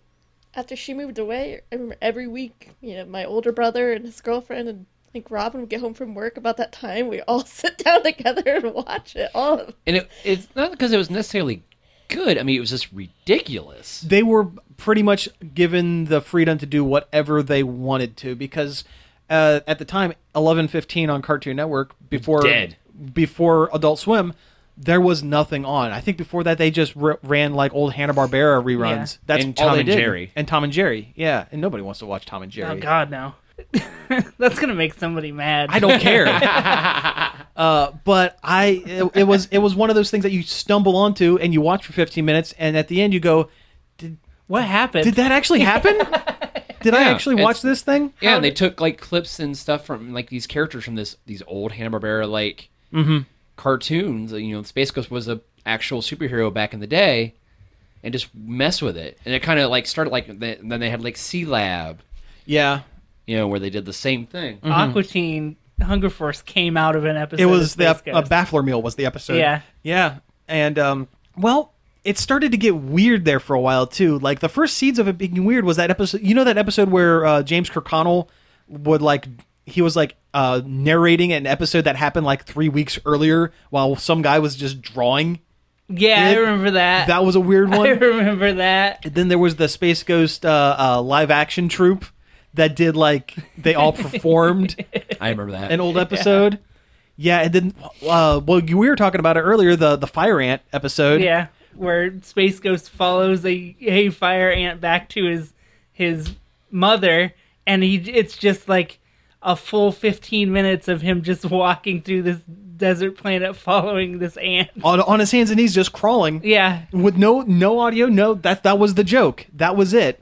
after she moved away, I remember every week, you know, my older brother and his girlfriend and like Robin would get home from work about that time. We all (laughs) sit down together and watch it. All of And it, it's not because it was necessarily good. I mean, it was just ridiculous. They were pretty much given the freedom to do whatever they wanted to because uh, at the time, eleven fifteen on Cartoon Network before Dead. before Adult Swim. There was nothing on. I think before that they just r- ran like old Hanna Barbera reruns. Yeah. That's And all Tom they and did. Jerry. and Tom and Jerry. Yeah, and nobody wants to watch Tom and Jerry. Oh God, no. (laughs) That's gonna make somebody mad. I don't care. (laughs) uh, but I, it, it was it was one of those things that you stumble onto and you watch for 15 minutes, and at the end you go, "Did (laughs) What happened? did that actually happen? Did I Yeah, actually watch it's- this thing?" Yeah, and they took like clips and stuff from like these characters from this these old Hanna Barbera like Mm-hmm. cartoons. You know, Space Ghost was a actual superhero back in the day, and just mess with it. And it kind of like started like th- then they had like C Lab, Yeah, you know, where they did the same thing. Aqua Teen Hunger Force came out of an episode. Mm-hmm. it was of the Space ep- a Ghost. baffler meal was the episode. Yeah. yeah, and um, well, it started to get weird there for a while too. Like the first seeds of it being weird was that episode. You know that episode where uh, James Kirkconnell would like he was like uh, narrating an episode that happened like three weeks earlier while some guy was just drawing. Yeah, it- I remember that. That was a weird (laughs) I one. remember that. then there was the Space Ghost uh, uh, live action troupe that did like they all performed I remember that. an (laughs) old episode. Yeah, and then uh, well, you, we were talking about it earlier the the fire ant episode. Yeah, where Space Ghost follows a a fire ant back to his his mother, and he it's just like a full fifteen minutes of him just (laughs) walking through this desert planet following this ant. on on his hands and knees, just crawling Yeah, with no no audio. No, that that was the joke. That was it.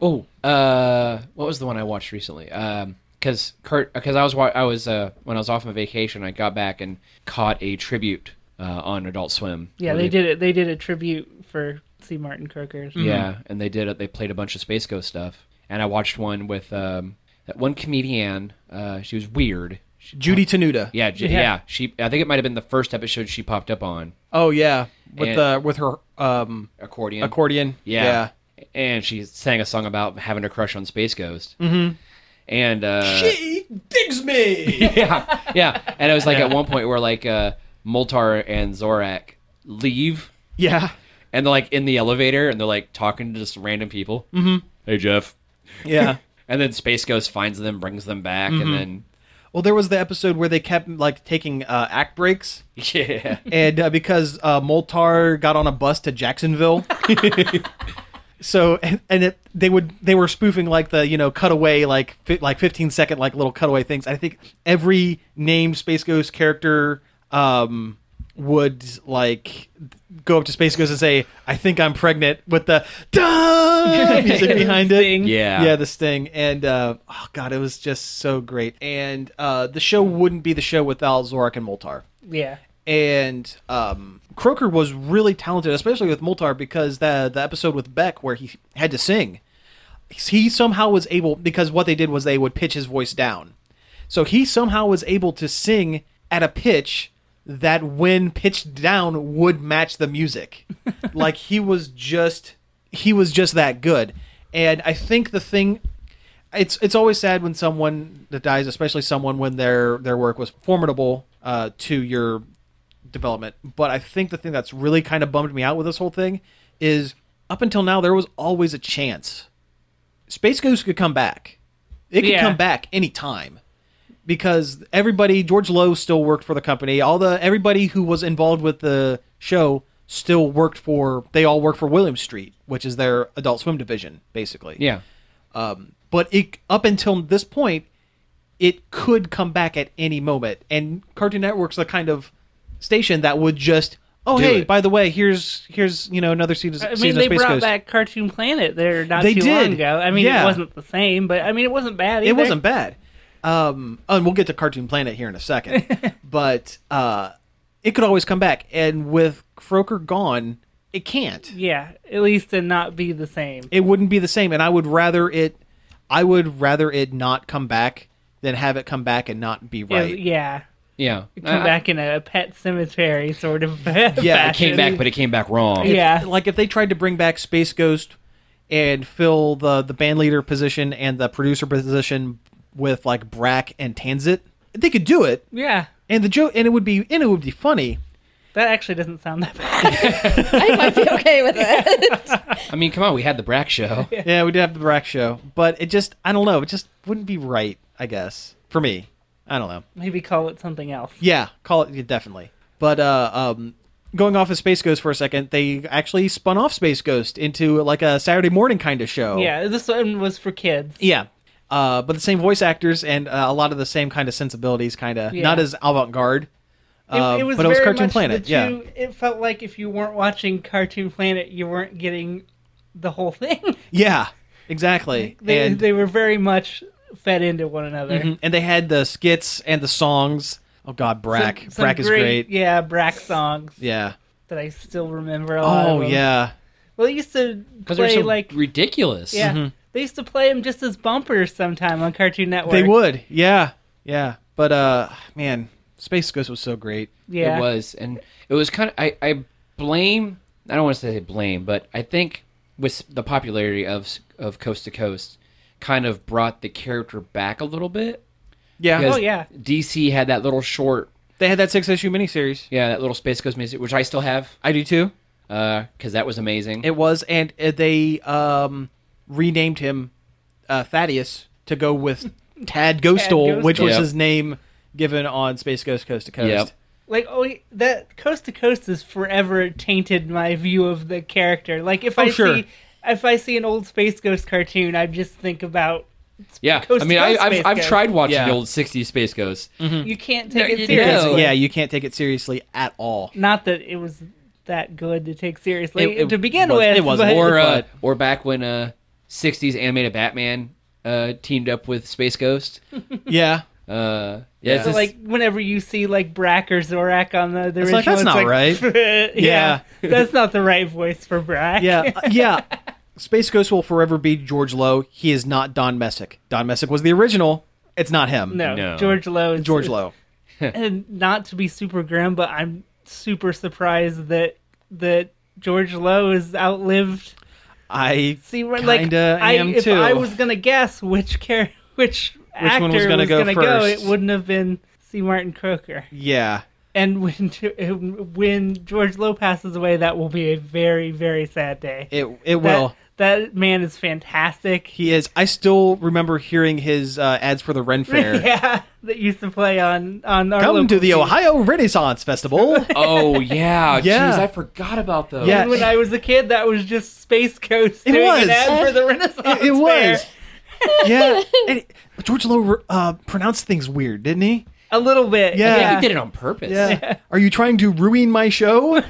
Oh, uh, what was the one I watched recently? Um, because Kurt, because I was wa- I was uh, when I was off on vacation, I got back and caught a tribute uh, on Adult Swim. yeah, where they did it. They did a tribute for C. Martin Kirker. Yeah, and they did it. They played a bunch of Space Ghost stuff, and I watched one with um, that one comedian. Uh, she was weird. She, Judy Tenuta. yeah, j- Yeah. yeah, She, I think it might have been the first episode she popped up on Oh yeah, with And- the with her um accordion. accordion. Yeah. And she sang a song about having a crush on Space Ghost. Mm-hmm. And uh, She digs (laughs) me. yeah, yeah. And it was like at one point where like uh, Moltar and Zorak leave, yeah. and they're like in the elevator, and they're like talking to just random people. Mm-hmm. Hey Jeff. Yeah. And then Space Ghost finds them, brings them back, and Well, there was the episode where they kept like taking uh, act breaks, then yeah, and uh, because uh, Moltar got on a bus to Jacksonville, (laughs) so and, and it, they would they were spoofing like the you know cutaway like fi- like fifteen second like little cutaway things. I think every named Space Ghost character um, would like go up to Space Ghost and say, "I think I'm pregnant," with the (laughs) da music behind it. Sting. yeah, Yeah, the Sting, and uh, oh god, it was just so great. And uh, the show wouldn't be the show without Zorak and Moltar. Yeah. And um, Croker was really talented, especially with Moltar, because the the episode with Beck where he had to sing, he somehow was able because what they did was they would pitch his voice down, so he somehow was able to sing at a pitch that when pitched down would match the music. like he was just he was just that good. And I think the thing it's it's always sad when someone that dies, especially someone when their their work was formidable uh, to your development. But I think the thing that's really kind of bummed me out with this whole thing is up until now there was always a chance. Space Ghost could come back. It could Yeah. come back anytime. because everybody George Lowe still worked for the company. All the everybody who was involved with the show still worked for they all work for William Street, which is their adult swim division basically. Yeah. But it up until this point it could come back at any moment and Cartoon Network's the kind of station that would just Oh Do hey, it. by the way, here's here's you know another season. I mean, season of they Space brought Coast. back Cartoon Planet there not They too did. long ago. I mean, Yeah. it wasn't the same, but I mean, it wasn't bad. Either. It wasn't bad. Um, and we'll get to Cartoon Planet here in a second, (laughs) but uh, it could always come back. And with Croker gone, it can't. Yeah, at least to not be the same. It wouldn't be the same. And I would rather it. I would rather it not come back than have it come back and not be It- right. yeah, Yeah. come I- back in a pet cemetery sort of. (laughs) Yeah, It came back, but it came back wrong. yeah, Like if they tried to bring back Space Ghost and fill the the band leader position and the producer position with like Brack and Tanzit, they could do it. yeah. And the joke, and it would be, and it would be funny. That actually doesn't sound that bad. (laughs) I might be okay with that. I mean, come on, we had the Brack show. Yeah, we did have the Brack show, but it just I don't know, it just wouldn't be right, I guess. For me. I don't know. Maybe call it something else. Yeah, call it yeah, definitely. But uh um going off of Space Ghost for a second, they actually spun off Space Ghost into like a Saturday morning kind of show. Yeah, this one was for kids. Yeah. Uh, but the same voice actors and uh, a lot of the same kind of sensibilities, kind of Yeah. not as avant garde. It, Uh, was but it was very Cartoon much Planet. that Yeah, you- it felt like if you weren't watching Cartoon Planet, you weren't getting the whole (laughs) thing. yeah, exactly. they and Mm-hmm. mhm, they were very much fed into one another. and they had the skits and the songs. Oh God, Brack, Some- some Brack is great. Yeah, Brack songs Yeah. that I still remember. A lot Oh of 'em. yeah. Well, they used to Because they're play so like ridiculous. yeah, Mm-hmm. they used to play them just as bumpers sometime on Cartoon Network. They would, yeah, yeah. But uh, man, Space Ghost was so great. Yeah, It was. And it was kind of, I, I blame, I don't want to say blame, but I think with the popularity of, of Coast to Coast kind of brought the character back a little bit. Yeah, Because Oh, yeah. DC had that little short, they had that six issue miniseries. yeah, that little Space Ghost music, which I still have I do too. because that was amazing. It was, and uh, they um renamed him uh, Thaddeus to go (laughs) with Tad Ghostal, Ghostal. which was Yep. his name given on Space Ghost Coast to Coast. Yep. like oh, that Coast to Coast has forever tainted my view of the character. Like if I Oh, sure. see if I see an old Space Ghost cartoon, I just think about yeah. Coast to I mean, I, Coast I've, Space I've Ghost. tried watching Yeah. the old 60s Space Ghost. you can't take you it seriously. can't. Mm-hmm. Yeah, you can't take it seriously at (laughs) all. Not that it was that good to take seriously It- it to begin was- with. it wasn't. but- Or, uh, But- or back when uh, 60s animated Batman uh, teamed up with Space Ghost. Yeah, Uh, yeah, Yeah. It's So, just- like whenever you see like Brack or Zorak on the, the It's original, like, that's it's not like, right. (laughs) yeah, that's not the right voice for Brack. yeah, uh, (laughs) yeah. Space Ghost will forever be George Lowe. He is not Don Messick. Don Messick was the original. It's not him. (laughs) no, No. George Lowe. Is, George Lowe. (laughs) And not to be super grim, but I'm super surprised that that George Lowe has outlived. I See, right, like Kinda I, am if too. I was gonna guess which care which, actor one was gonna go it first? wouldn't have been C. Martin Croker. yeah. And when (laughs) when George Lowe passes away, that will be a very very sad day. It it That- will. that, man is fantastic. (laughs) He is. I still remember hearing his uh, ads for the Ren Fair. (laughs) yeah, that used to play on on our Come local to the TV. Ohio Renaissance (laughs) Festival. oh, yeah. Yeah. Jeez, I forgot about those. Yeah. When I was a kid, that was just Space Coast It doing was. an ad for the Renaissance. (laughs) it was. Fair. (laughs) yeah. And it- George Lowe uh, pronounced things weird, didn't he? a little bit. Yeah. I think they did it on purpose. Are you trying to ruin my (laughs) show?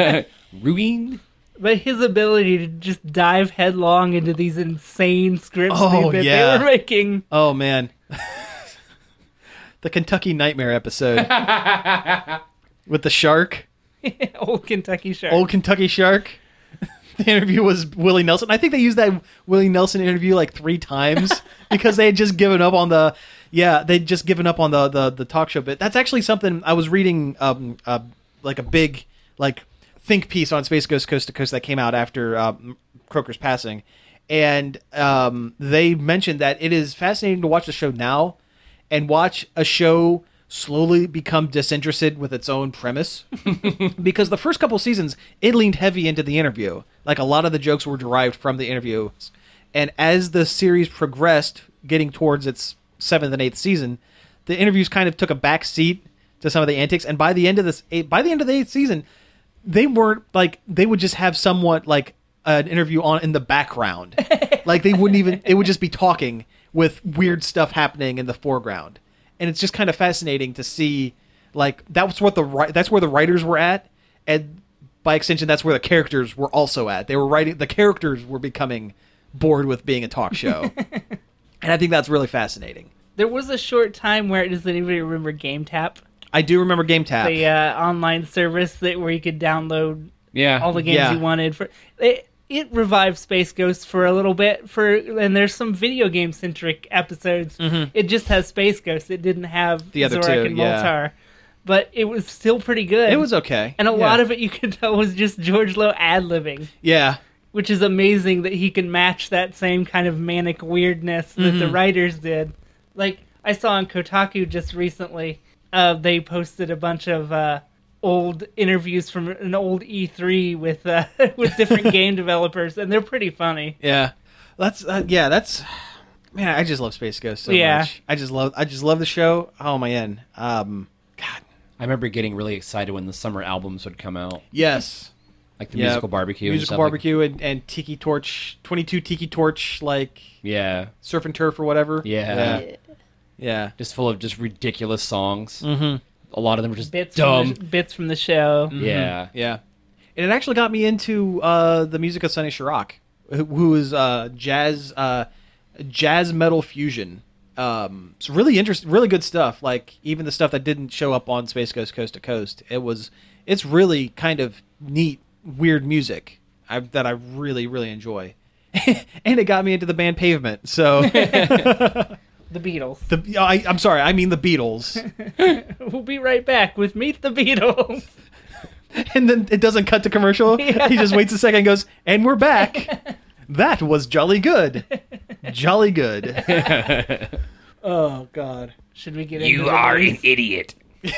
(laughs) Ruined. but his ability to just dive headlong into these insane scripts Oh, that yeah. they were making. (laughs) oh man. (laughs) the Kentucky Nightmare (laughs) episode. With the shark, Old Kentucky Shark. old Kentucky shark. (laughs) The interview was Willie Nelson. I think they used that Willie Nelson interview like three times because they had just given up on the, yeah, they'd just given up on the the, the talk show bit. That's actually something I was reading, um, uh, like a big like think piece on Space Ghost Coast to Coast that came out after um, Croker's passing, and um, they mentioned that it is fascinating to watch the show now, and watch a show slowly become disinterested with its own premise because the first couple seasons it leaned heavy into the interview like a lot of the jokes were derived from the interview and as the series progressed getting towards its seventh and eighth season the interviews kind of took a back seat to some of the antics. And by the end of this, eight, by the end of the eighth season, they weren't like they would just have somewhat like an interview on in the background, like they wouldn't even. It would just be talking with weird stuff happening in the foreground, and it's just kind of fascinating to see. Like that's what the wri- that's where the writers were at, and by extension, that's where the characters were also at. They were writing the characters were becoming bored with being a talk show. and I think that's really fascinating. There was a short time where does anybody remember Game Tap? I do remember Game Tap. The uh, online service that where you could download Yeah. (laughs) all the games Yeah. you wanted for it, it revived space ghost for a little bit for and there's some video game centric episodes it just has space ghost it didn't have Mm-hmm. The other Zorak two, and yeah. Moltar. but it was still pretty good It was okay. and a Yeah. lot of it you could tell was just george lowe ad-libbing Yeah. which is amazing that he can match that same kind of manic weirdness that the writers did. Like I saw on Kotaku just recently, uh, they posted a bunch of uh, old interviews from an old E3 with uh, (laughs) with different game developers, and they're pretty funny. Yeah. That's uh, yeah, that's man, I just love Space Ghost so Yeah. much. I just love I just love the show. Oh man. Um God. I remember getting really excited when the summer albums would come out, Yes. like the Yeah. musical barbecue. and Musical stuff like- barbecue and, and Tiki Torch twenty two Tiki Torch like yeah, surf and turf or whatever. Yeah. Yeah. yeah. just full of just ridiculous songs. Mm-hmm. A lot of them were just Bits dumb. from the, bits from the show. Yeah. Yeah. And it actually got me into uh, the music of Sonny Chirac, who- who is uh, jazz uh, jazz metal fusion. Um, it's really interesting, really good stuff. Like even the stuff that didn't show up on Space Ghost Coast to Coast. It was it's really kind of neat, weird music I, that I really, really enjoy. (laughs) and it got me into the band Pavement. So (laughs) The Beatles. the I, I'm sorry, I mean the Beatles. (laughs) We'll be right back with Meet the Beatles. (laughs) (laughs) and then it doesn't cut to (laughs) commercial. He just waits a second and goes, and we're (laughs) back. that was jolly good. Jolly good. (laughs) (laughs) oh, God. Should we get into the Beatles? idiot. (laughs)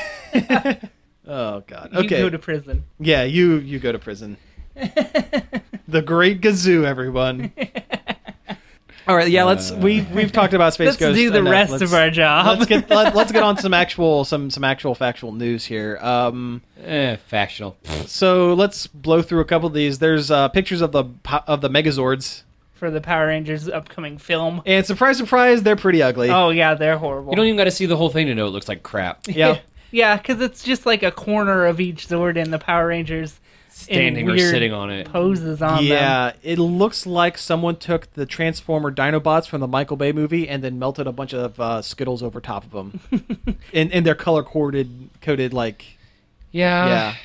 Oh, God. You Okay. go to prison. yeah, you, you go to prison. the Great Gazoo, everyone. (laughs) All right, yeah. Let's we we've talked about space Let's Ghost do the enough. rest Let's- of our job. Let's get let, let's get on to some actual some some actual factual news here. Um, Eh, factional. so let's blow through a couple of these. There's uh, pictures of the po- of the Megazords (laughs) for the Power Rangers upcoming film. And surprise, surprise, they're pretty ugly. Oh yeah, they're horrible. You don't e- even got to see the whole thing to know it looks like crap. (laughs) yeah. Yeah, because it's just like a corner of each Zord and the Power Rangers Standing or weird sitting on it. poses (laughs) on them. Yeah, it looks like someone took the Transformer Dinobots from the Michael Bay movie and then melted a bunch of uh, Skittles over top of them, (laughs) and and they're color coded, coded like Yeah. yeah,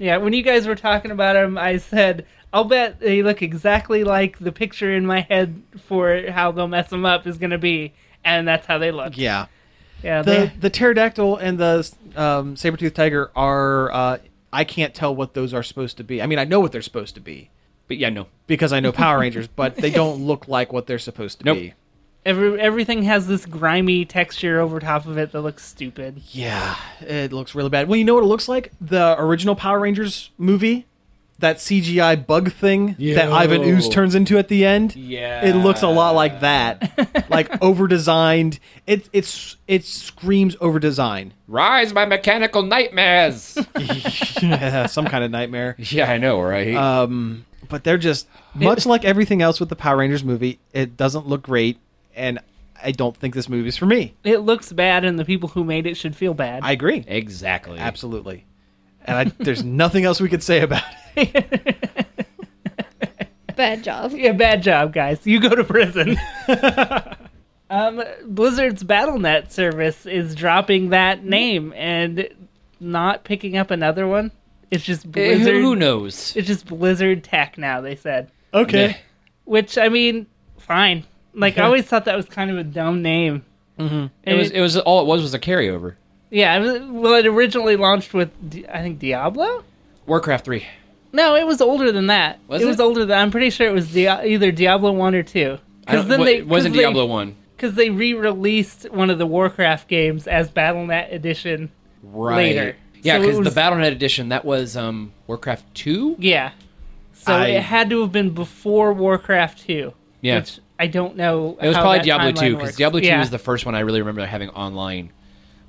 Yeah, when you guys were talking about them, I said, "I'll bet they look exactly like the picture in my head for how they'll mess them up is going to be." And that's how they look. yeah. Yeah, The they, the pterodactyl and the um, saber tooth tiger are uh, I can't tell what those are supposed to be. I mean, I know what they're supposed to be But yeah, no. because I know Power Rangers, but (laughs) they don't look like what they're supposed to Nope. be. every, everything has this grimy texture over top of it that looks stupid. Yeah, it looks really bad. Well, you know what it looks like? The original Power Rangers movie, that CGI bug thing that Ivan Ooze turns into at the end. Yeah. It looks a lot like that. like over designed. It it's it screams over design. Rise, my mechanical (laughs) nightmares. (laughs) some kind of nightmare. yeah, I know, right? Um but they're just much like everything else with the Power Rangers movie, it doesn't look great and I don't think this movie's for me. It looks bad, and the people who made it should feel bad. I agree. exactly. Absolutely. And I, there's nothing else we could say about it. (laughs) Bad job. Yeah, bad job, guys. You go to (laughs) prison. um, Blizzard's BattleNet service is dropping that name and not picking up another one. It's just Eh, who- Blizzard. Who knows? It's just Blizzard Tech now. They said, Okay. Meh. which I mean, fine. Like I always thought that was kind of a dumb name. Mm-hmm. It was. It was all it was was a carryover. yeah. It was, well, it originally launched with D- I think Diablo. Warcraft three. No, it was older than that. Was it, was it? older than. I'm pretty sure it was Dia- either Diablo one or two. I don't- wa- it wasn't 'cause they- Diablo one. because they re-released one of the Warcraft games as BattleNet Edition. Right. later. Yeah, So it because was- the BattleNet edition that was um Warcraft two. Yeah, so I- it had to have been before Warcraft Two. Yeah. which I don't know. It was how probably that Diablo timeline 2 because works. Diablo 2 yeah. was the first one I really remember having online.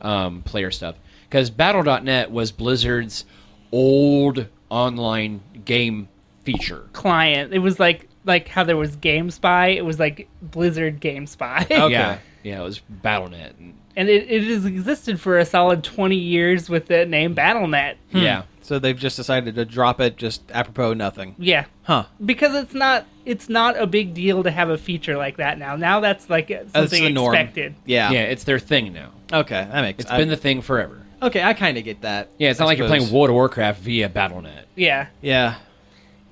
um, player stuff because Battle.net was Blizzard's old online game feature. client. It was like like how there was GameSpy. It was like Blizzard GameSpy, Yeah, yeah, it was Battle.net. And, (laughs) and it, it has existed for a solid twenty years with the name BattleNet. Yeah, So they've just decided to drop it just apropos nothing. Yeah, Huh. because it's not it's not a big deal to have a feature like that now. Now that's like something That's the norm. expected. Yeah. yeah, it's their thing now. Okay, that makes It's I- been the thing forever. Okay, I kind of get that. Yeah, it's I not like you're playing suppose. World of Warcraft via Battle.net. Yeah, Yeah.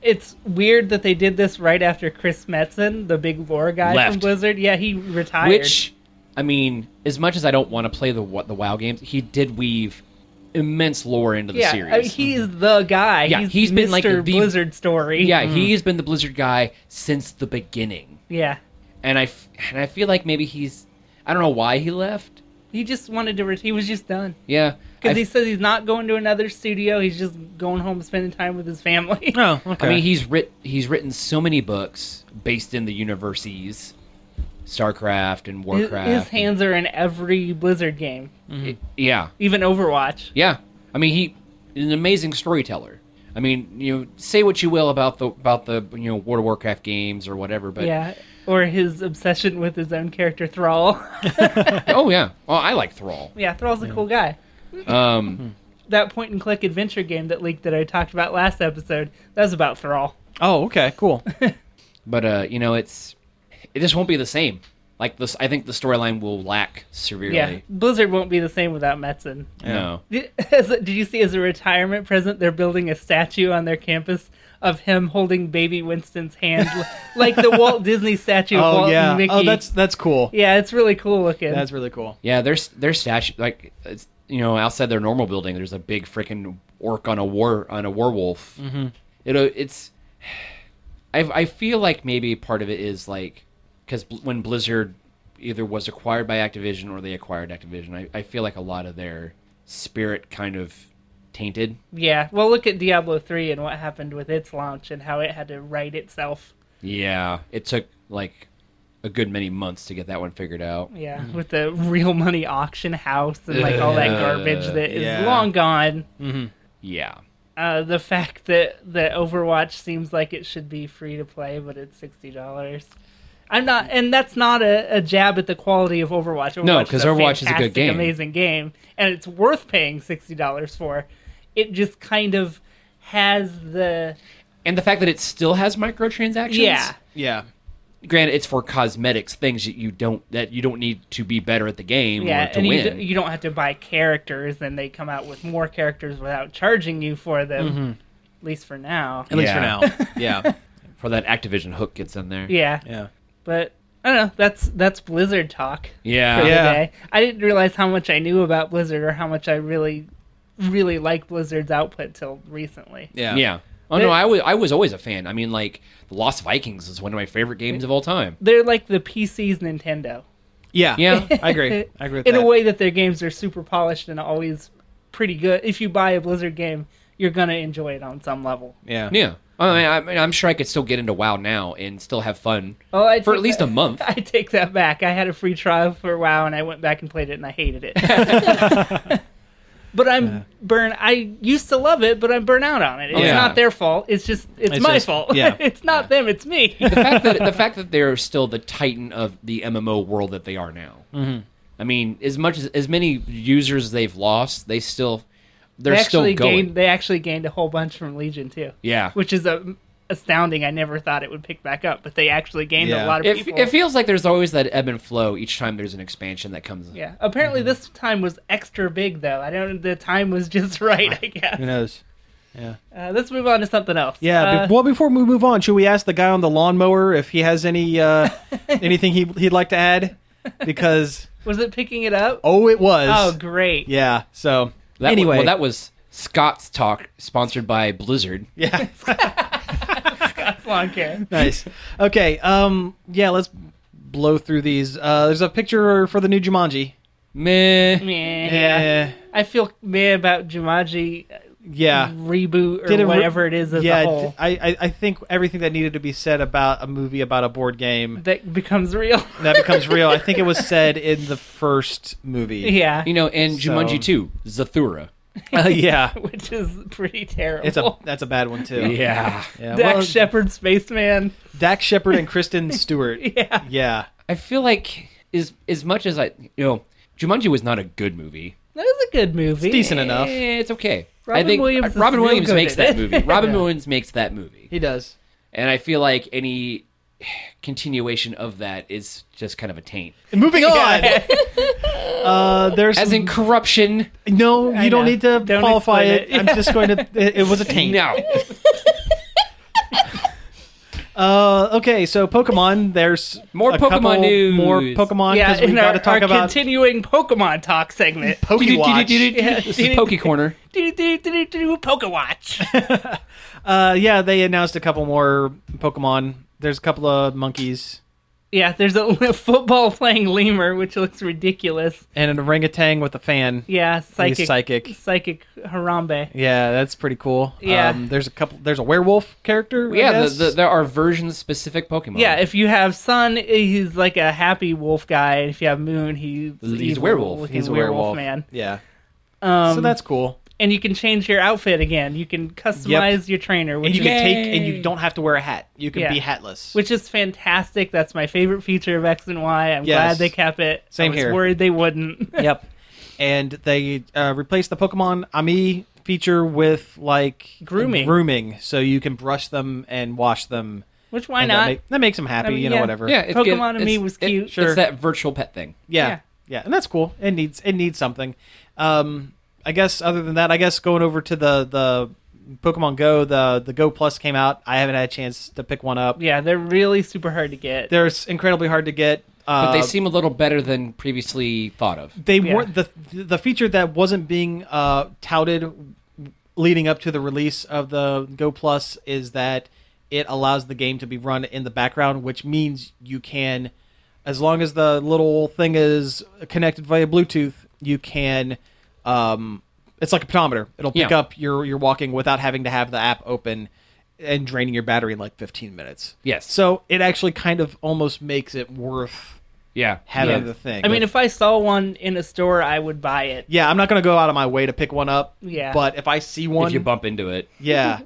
it's weird that they did this right after Chris Metzen, the big lore guy Left. from Blizzard. Yeah, he retired. Which, I mean, as much as I don't want to play the wa- the WoW games, he did weave immense lore into the yeah, series. I mean, he is the guy. Yeah, he's, he's Mr. been, like, the- Blizzard story. yeah, he's been the Blizzard guy since the beginning, yeah. and I f- and I feel like maybe he's I don't know why he left. He just wanted to. Re- he was just done. Yeah, I Because f- he says he's not going to another studio. He's just going home, spending time with his family. Oh, okay. I mean, he's writ he's written so many books based in the universes, StarCraft (laughs) his, Mm-hmm. and Warcraft. his hands are in every Blizzard game, It- yeah, even Overwatch. yeah. I mean, he is an amazing storyteller. I mean, you know, say what you will about the about the you know World of Warcraft games or whatever, but yeah, or his obsession with his own character Thrall. (laughs) (laughs) oh yeah, well I like Thrall. yeah, Thrall's a cool guy. Mm-hmm. Um, That point and click adventure game that leaked that I talked about last episode. That was about Thrall. oh, okay, (laughs) cool. but uh, you know, it's it just won't be the same. Like this, I think the storyline will lack severely. Yeah, Blizzard won't be the same without Metzen. No, Did, (laughs) as a- did you see as a retirement present they're building a statue on their campus of him holding baby Winston's (laughs) hand li- like the Walt Disney statue of oh Walt yeah. and Mickey. Oh, that's that's cool. yeah, it's really cool looking. That's really cool. yeah, there's there's statue like it's, you know outside their normal building. There's a big freaking orc on a war on a werewolf. Mm-hmm. It it's (sighs) I I feel like maybe part of it is like because when Blizzard either was acquired by Activision or they acquired Activision, I, I feel like a lot of their spirit kind of tainted. yeah, well, look at Diablo three and what happened with its launch and how it had to write itself. Yeah, it took like a good many months to get that one figured out. Yeah, Mm-hmm. with the real money auction house and like all that Yeah. garbage that is Yeah. long gone. Yeah, Uh, the fact that that Overwatch seems like it should be free to play, but it's sixty dollars. I'm not, and that's not a, a jab at the quality of Overwatch. Overwatch No, 'cause Overwatch is a fantastic, good game. amazing game, and it's worth paying sixty dollars for. It just kind of has the and the fact that it still has microtransactions. yeah, Yeah. granted, it's for cosmetics things that you don't that you don't need to be better at the game yeah, or to and you, win. d- you don't have to buy characters, and they come out with more characters without charging you for them. Mm-hmm. At least for now. At least for Yeah. now. (laughs) Yeah. for that Activision hook gets in there. Yeah, Yeah. but I don't know. That's that's Blizzard talk. yeah, for Yeah. the day. I didn't realize how much I knew about Blizzard or how much I really, really like Blizzard's output till recently. Yeah. Yeah. Oh no, I was I was always a fan. I mean, like The Lost Vikings is one of my favorite games of all time. They're like the PC's Nintendo Yeah. Yeah. (laughs) I agree. I agree with in that. a way that their games are super polished and always pretty good. If you buy a Blizzard game, you're gonna enjoy it on some level. Yeah. Yeah, I mean, I mean, I'm sure I could still get into WoW now and still have fun Well, Oh, I for take at least a that- (laughs) month. I take that back. I had a free trial for WoW, and I went back and played it, and I hated it. (laughs) but I'm burn. I used to love it, but I'm burnt out on it. It's Yeah. not their fault. It's just it's, It's my just- fault. yeah. (laughs) it's not them. (laughs) It's me. the fact that the fact that they're still the titan of the MMO world that they are now. I mean, as much as as many users as they've lost, they still they're they still actually going. gained. They actually gained a whole bunch from Legion too. yeah. which is a, astounding. I never thought it would pick back up, but they actually gained Yeah. a lot of It, people. it feels like there's always that ebb and flow each time there's an expansion that comes. yeah, Mm-hmm. apparently this time was extra big though. I don't. The time was just (laughs) right. I guess. Who knows? Uh, let's move on to something else. Yeah. Uh, be- well, before we move on, should we ask the guy on the lawnmower if he has any (laughs) uh, anything he he'd like to add? Because was it picking it up? oh, it was. Oh, great. (laughs) Yeah. So That anyway, well, that was Scott's talk, sponsored by Blizzard. (laughs) yeah. That's lawn (laughs) care. nice. Okay. Um. Yeah. Let's blow through these. Uh. There's a picture for the new Jumanji. Meh. Meh. Yeah. I feel meh about Jumanji yeah. reboot or Did a re- whatever it is as yeah, a d- Mm-hmm. whole I, I I think everything that needed to be said about a movie about a board game that (laughs) becomes real. that becomes real. I think it was said in the first movie. yeah, You know, and So- Jumanji 2, Zathura. (laughs) Uh, yeah. (laughs) which is pretty terrible. It's (laughs) a that's a bad one too. Yeah. yeah. Dax well, Shepard spaceman. Dax Shepard and (laughs) Kristen Stewart. Yeah. Yeah. I feel like as as much as I, you know, Jumanji was not a good movie. That was a good movie. decent enough. Eh, it's okay. Robin I think Williams is Robin real Williams good makes at that it. (laughs) movie. Robin Williams makes that movie. He does. And I feel like any continuation of that is just kind of a taint. Moving on. uh, there's (laughs) As in corruption. no, I you don't know. need to Don't qualify explain it. it. I'm just going (laughs) to. It, it was a taint. No. Uh, okay, so Pokemon. There's More a Pokemon couple news. More Pokemon Yeah, because we in got our, to talk our about continuing Pokemon talk segment. Pokewatch. (laughs) This is Poke Corner. do do do (laughs) do Pokewatch. Uh, yeah, they announced a couple more Pokemon. There's a couple of monkeys Yeah, there's a (laughs) le- football playing lemur, which looks ridiculous. and an orangutan with a fan. Yeah, He's psychic, psychic. psychic Harambe. Yeah, that's pretty cool. Yeah. Um, there's a couple. There's a werewolf character. I Yeah, the, guess. the, there are version specific Pokemon. Yeah, if you have Sun, he's like a happy wolf guy. and If you have Moon, he's He's evil werewolf. looking he's a werewolf werewolf, man. Yeah. Um, so that's cool. and you can change your outfit again. You can customize your trainer, And which you is, can take Yay. and you don't have to wear a hat. You can Yeah. be hatless. which is fantastic. That's my favorite feature of X and Y. I'm Yes. glad they kept it. Same I was here. Worried they wouldn't. (laughs) yep. And they uh, replaced the Pokemon Ami feature with like Grooming. Grooming, so you can brush them and wash them. which why and That, not? make- that makes them happy, I mean, you know, yeah. whatever. Yeah, it's good. Pokemon to me It's- was it- cute. Sure. It's that virtual pet thing. yeah, Yeah. yeah, and that's cool. It needs it needs something. Um, I guess other than that, I guess going over to the the Pokemon Go, the the Go Plus came out. I haven't had a chance to pick one up. yeah, they're really super hard to get. They're s- incredibly hard to get. Uh, But they seem a little better than previously thought of. they Yeah. weren't the the feature that wasn't being uh, touted leading up to the release of the Go Plus is that it allows the game to be run in the background, which means you can, as long as the little thing is connected via Bluetooth, you can. Um, it's like a pedometer. It'll pick Yeah. up your your walking without having to have the app open and draining your battery in like 15 minutes. Yes. So it actually kind of almost makes it worth Yeah. having Yeah. the thing. I mean, if I saw one in a store, I would buy it. Yeah, I'm not gonna go out of my way to pick one up. Yeah. But if I see one, if you bump into it. (laughs) yeah,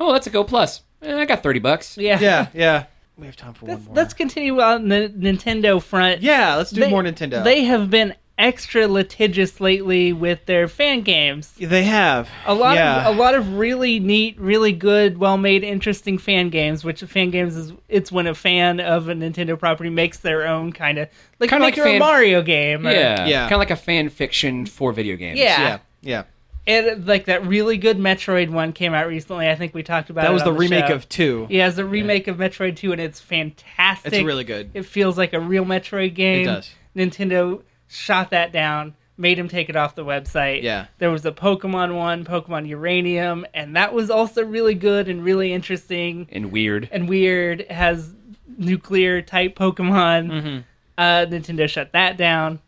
Oh, that's a go plus. Eh, I got 30 bucks. Yeah, yeah, yeah. We have time for (laughs) Let's, one more. let's continue on the Nintendo front. yeah, let's do They- more Nintendo. They have been extra litigious lately with their fan games. they have A lot yeah. of a lot of really neat, really good, well-made, interesting fan games. Which fan games is it's when a fan of a Nintendo property makes their own kind of like Kinda make like your own fan- Mario game. or- Yeah. Yeah. Kind of like a fan fiction for video games. Yeah. yeah, yeah. and like that really good Metroid one came out recently. I think we talked about That it was on the remake show. of two. Yeah, it's a remake of Metroid 2, and it's fantastic. It's really good. It feels like a real Metroid game. It does. Nintendo shot that down, made him take it off the website. Yeah. There was a Pokemon one, Pokemon Uranium, and that was also really good and really interesting And weird. and weird. It has nuclear type Pokemon. Mm-hmm. Uh, Nintendo shut that down.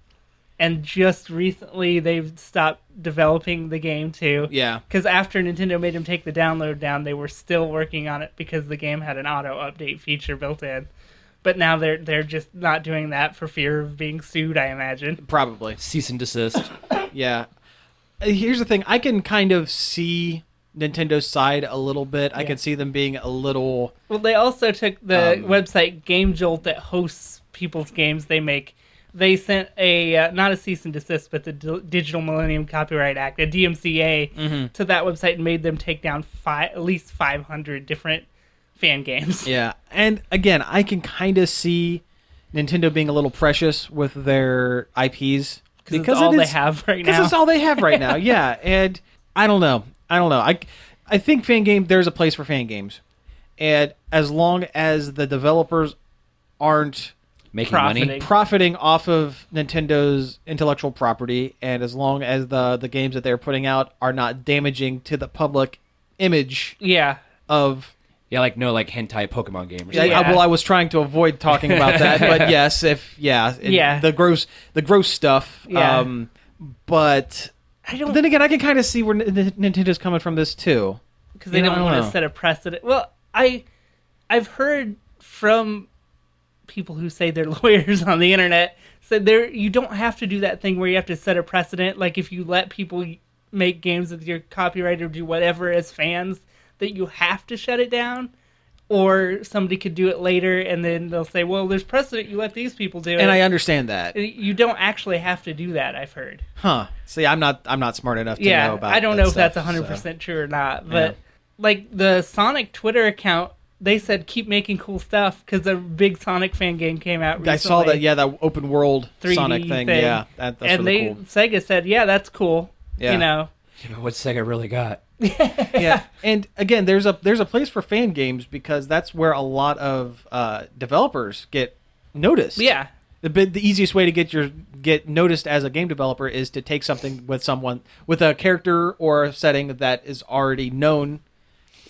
And just recently, they've stopped developing the game too. Yeah. Because after Nintendo made him take the download down, they were still working on it because the game had an auto update feature built in. But now they're they're just not doing that for fear of being sued, I imagine. Probably. Cease (laughs) and desist. Yeah. Uh, Here's the thing. I can kind of see Nintendo's side a little bit. I can see them being a little. Well, they also took the Um, website Game Jolt that hosts people's games they make. They sent a uh, not a cease and desist, but the D- Digital Millennium Copyright Act, a DMCA, Mm-hmm. to that website and made them take down five, at least five hundred different fan games. (laughs) Yeah. And again, I can kind of see Nintendo being a little precious with their IPs because it's all it they is- have right now. because it's all they have right now. Yeah, and I don't know. I don't know. I I think fan game. There's a place for fan games, and as long as the developers aren't Making money. Profiting. profiting off of Nintendo's intellectual property, and as long as the the games that they're putting out are not damaging to the public image yeah, of. Yeah, like no, like hentai Pokemon game or I- I- something. Yeah. well, I was trying to avoid talking about that, (laughs) but yes, if yeah, it- Yeah. the gross the gross stuff. Yeah. Um, but I don't But then again, I can kind of see where N- N- Nintendo's coming from this too. because they You know, don't, I don't want know. to set a precedent. Well, I I've heard from people who say they're (laughs) lawyers on the internet said there you don't have to do that thing where you have to set a precedent. Like if you let people make games with your copyright or do whatever as fans, that you have to shut it down. Or somebody could do it later, and then they'll say, "Well, there's precedent. You let these people do Uh, it." Uh, And I understand that, you don't actually have to do that. I've heard. huh? See, I'm not I'm not smart enough to yeah, know about. I don't that know if that's stuff, 100 so. percent true or not, but like the Sonic Twitter account, they said keep making cool stuff because a big Sonic fan game came out. Recently, I saw that. Yeah, that open world 3D Sonic thing. Yeah, that, that's and really they (laughs) cool. Sega said, yeah, that's cool. Yeah. You know, What's Sega really got? yeah, and again, there's a there's a place for fan games because that's where a lot of uh, developers get noticed. yeah, the bit, the easiest way to get your get noticed as a game developer is to take something with someone with a character or a setting that is already known,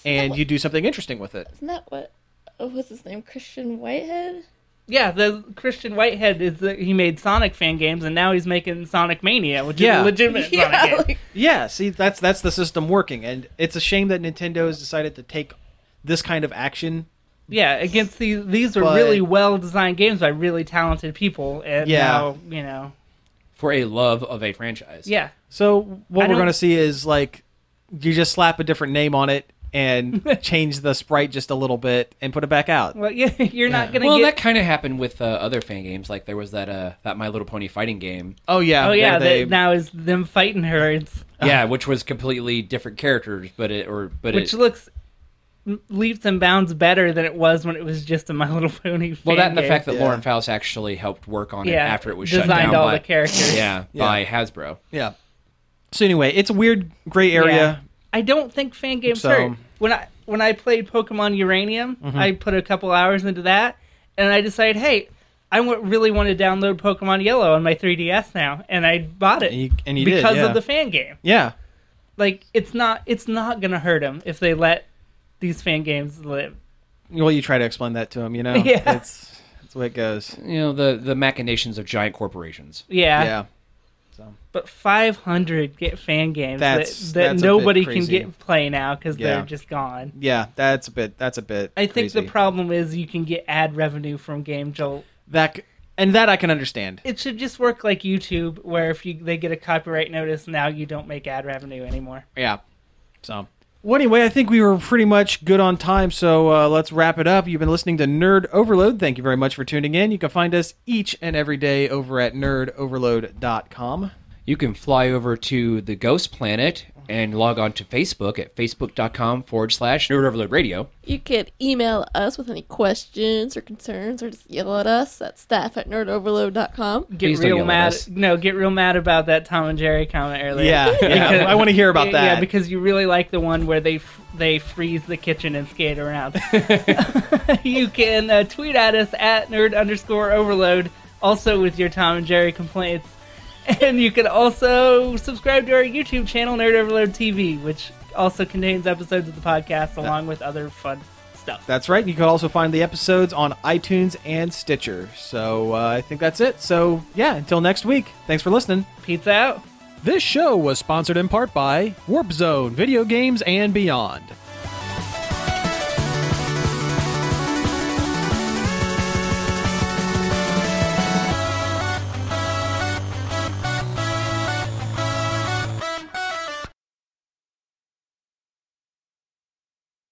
and you do something interesting with it. Isn't that what? Oh, what's his name? Christian Whitehead. yeah. The Christian Whitehead is the, he made Sonic fan games, and now he's making Sonic Mania, which Yeah. is a (laughs) legitimate Sonic game. like, Yeah, see, that's that's the system working, and it's a shame that Nintendo has decided to take this kind of action. yeah, against these these were But- really well designed games by really talented people, and Yeah. now you know, For a love of a franchise. yeah. So what we're I don't- going to see is like you just slap a different name on it and (laughs) change the sprite just a little bit and put it back out. Well, (laughs) yeah, you're not gonna Well, get that kind of happened with uh, other fan games. Like there was that uh, that My Little Pony fighting game. Oh yeah, Oh yeah, where that now is them fighting her, it's, Yeah, which was completely different characters, but it or but which it. looks m- leaps and bounds better than it was when it was just a My Little (laughs) Pony. fan well, that and the game. fact that Yeah. Lauren Faust actually helped work on it yeah, after it was shut designed down all by the characters. yeah, by Hasbro. yeah. So anyway, it's a weird gray area. I don't think fan games So- hurt. When I when I played Pokemon Uranium, Mm-hmm. I put a couple hours into that, and I decided, hey, I w- really want to download Pokemon Yellow on my 3DS now, and I bought it And you- and you did, because yeah. of the fan game. Yeah. Like it's not it's not gonna hurt them if they let these fan games live. Well, you try to explain that to him, (laughs) you know. Yeah. It's that's the way it goes. You know the the machinations of giant corporations. yeah. But 500 get fan games That's- that, that that's a bit nobody can crazy. get play now because Yeah. they're just gone. Yeah, that's a bit that's a bit I think crazy. the problem is you can get ad revenue from Game Jolt. that c- and that I can understand. It should just work like YouTube, where if you they get a copyright notice, now you don't make ad revenue anymore. Yeah. So, well, anyway, I think we were pretty much good on time, so uh, let's wrap it up. You've been listening to Nerd Overload. Thank you very much for tuning in. You can find us each and every day over at nerdoverload.com. You can fly over to the Ghost Planet and log on to Facebook at facebook.com forward slash Nerd Overload Radio. you could email us with any questions or concerns, or just yell at us at staff at nerdoverload.com. Get Please don't yell real at mad. us. No, get real mad about that Tom and Jerry comment earlier. Yeah, (laughs) yeah. I want to hear about that. Yeah, because you really like the one where they f- they freeze the kitchen and (laughs) skate around. (laughs) you can uh, tweet at us at nerd underscore overload, also with your Tom and Jerry complaints. (laughs) And you can also subscribe to our YouTube channel, Nerd Overload TV, which also contains episodes of the podcast along with other fun stuff. that's right. You can also find the episodes on iTunes and Stitcher. So, uh, I think that's it. So, yeah, until next week, thanks for listening. Pizza out. This show was sponsored in part by Warp Zone Video Games and Beyond.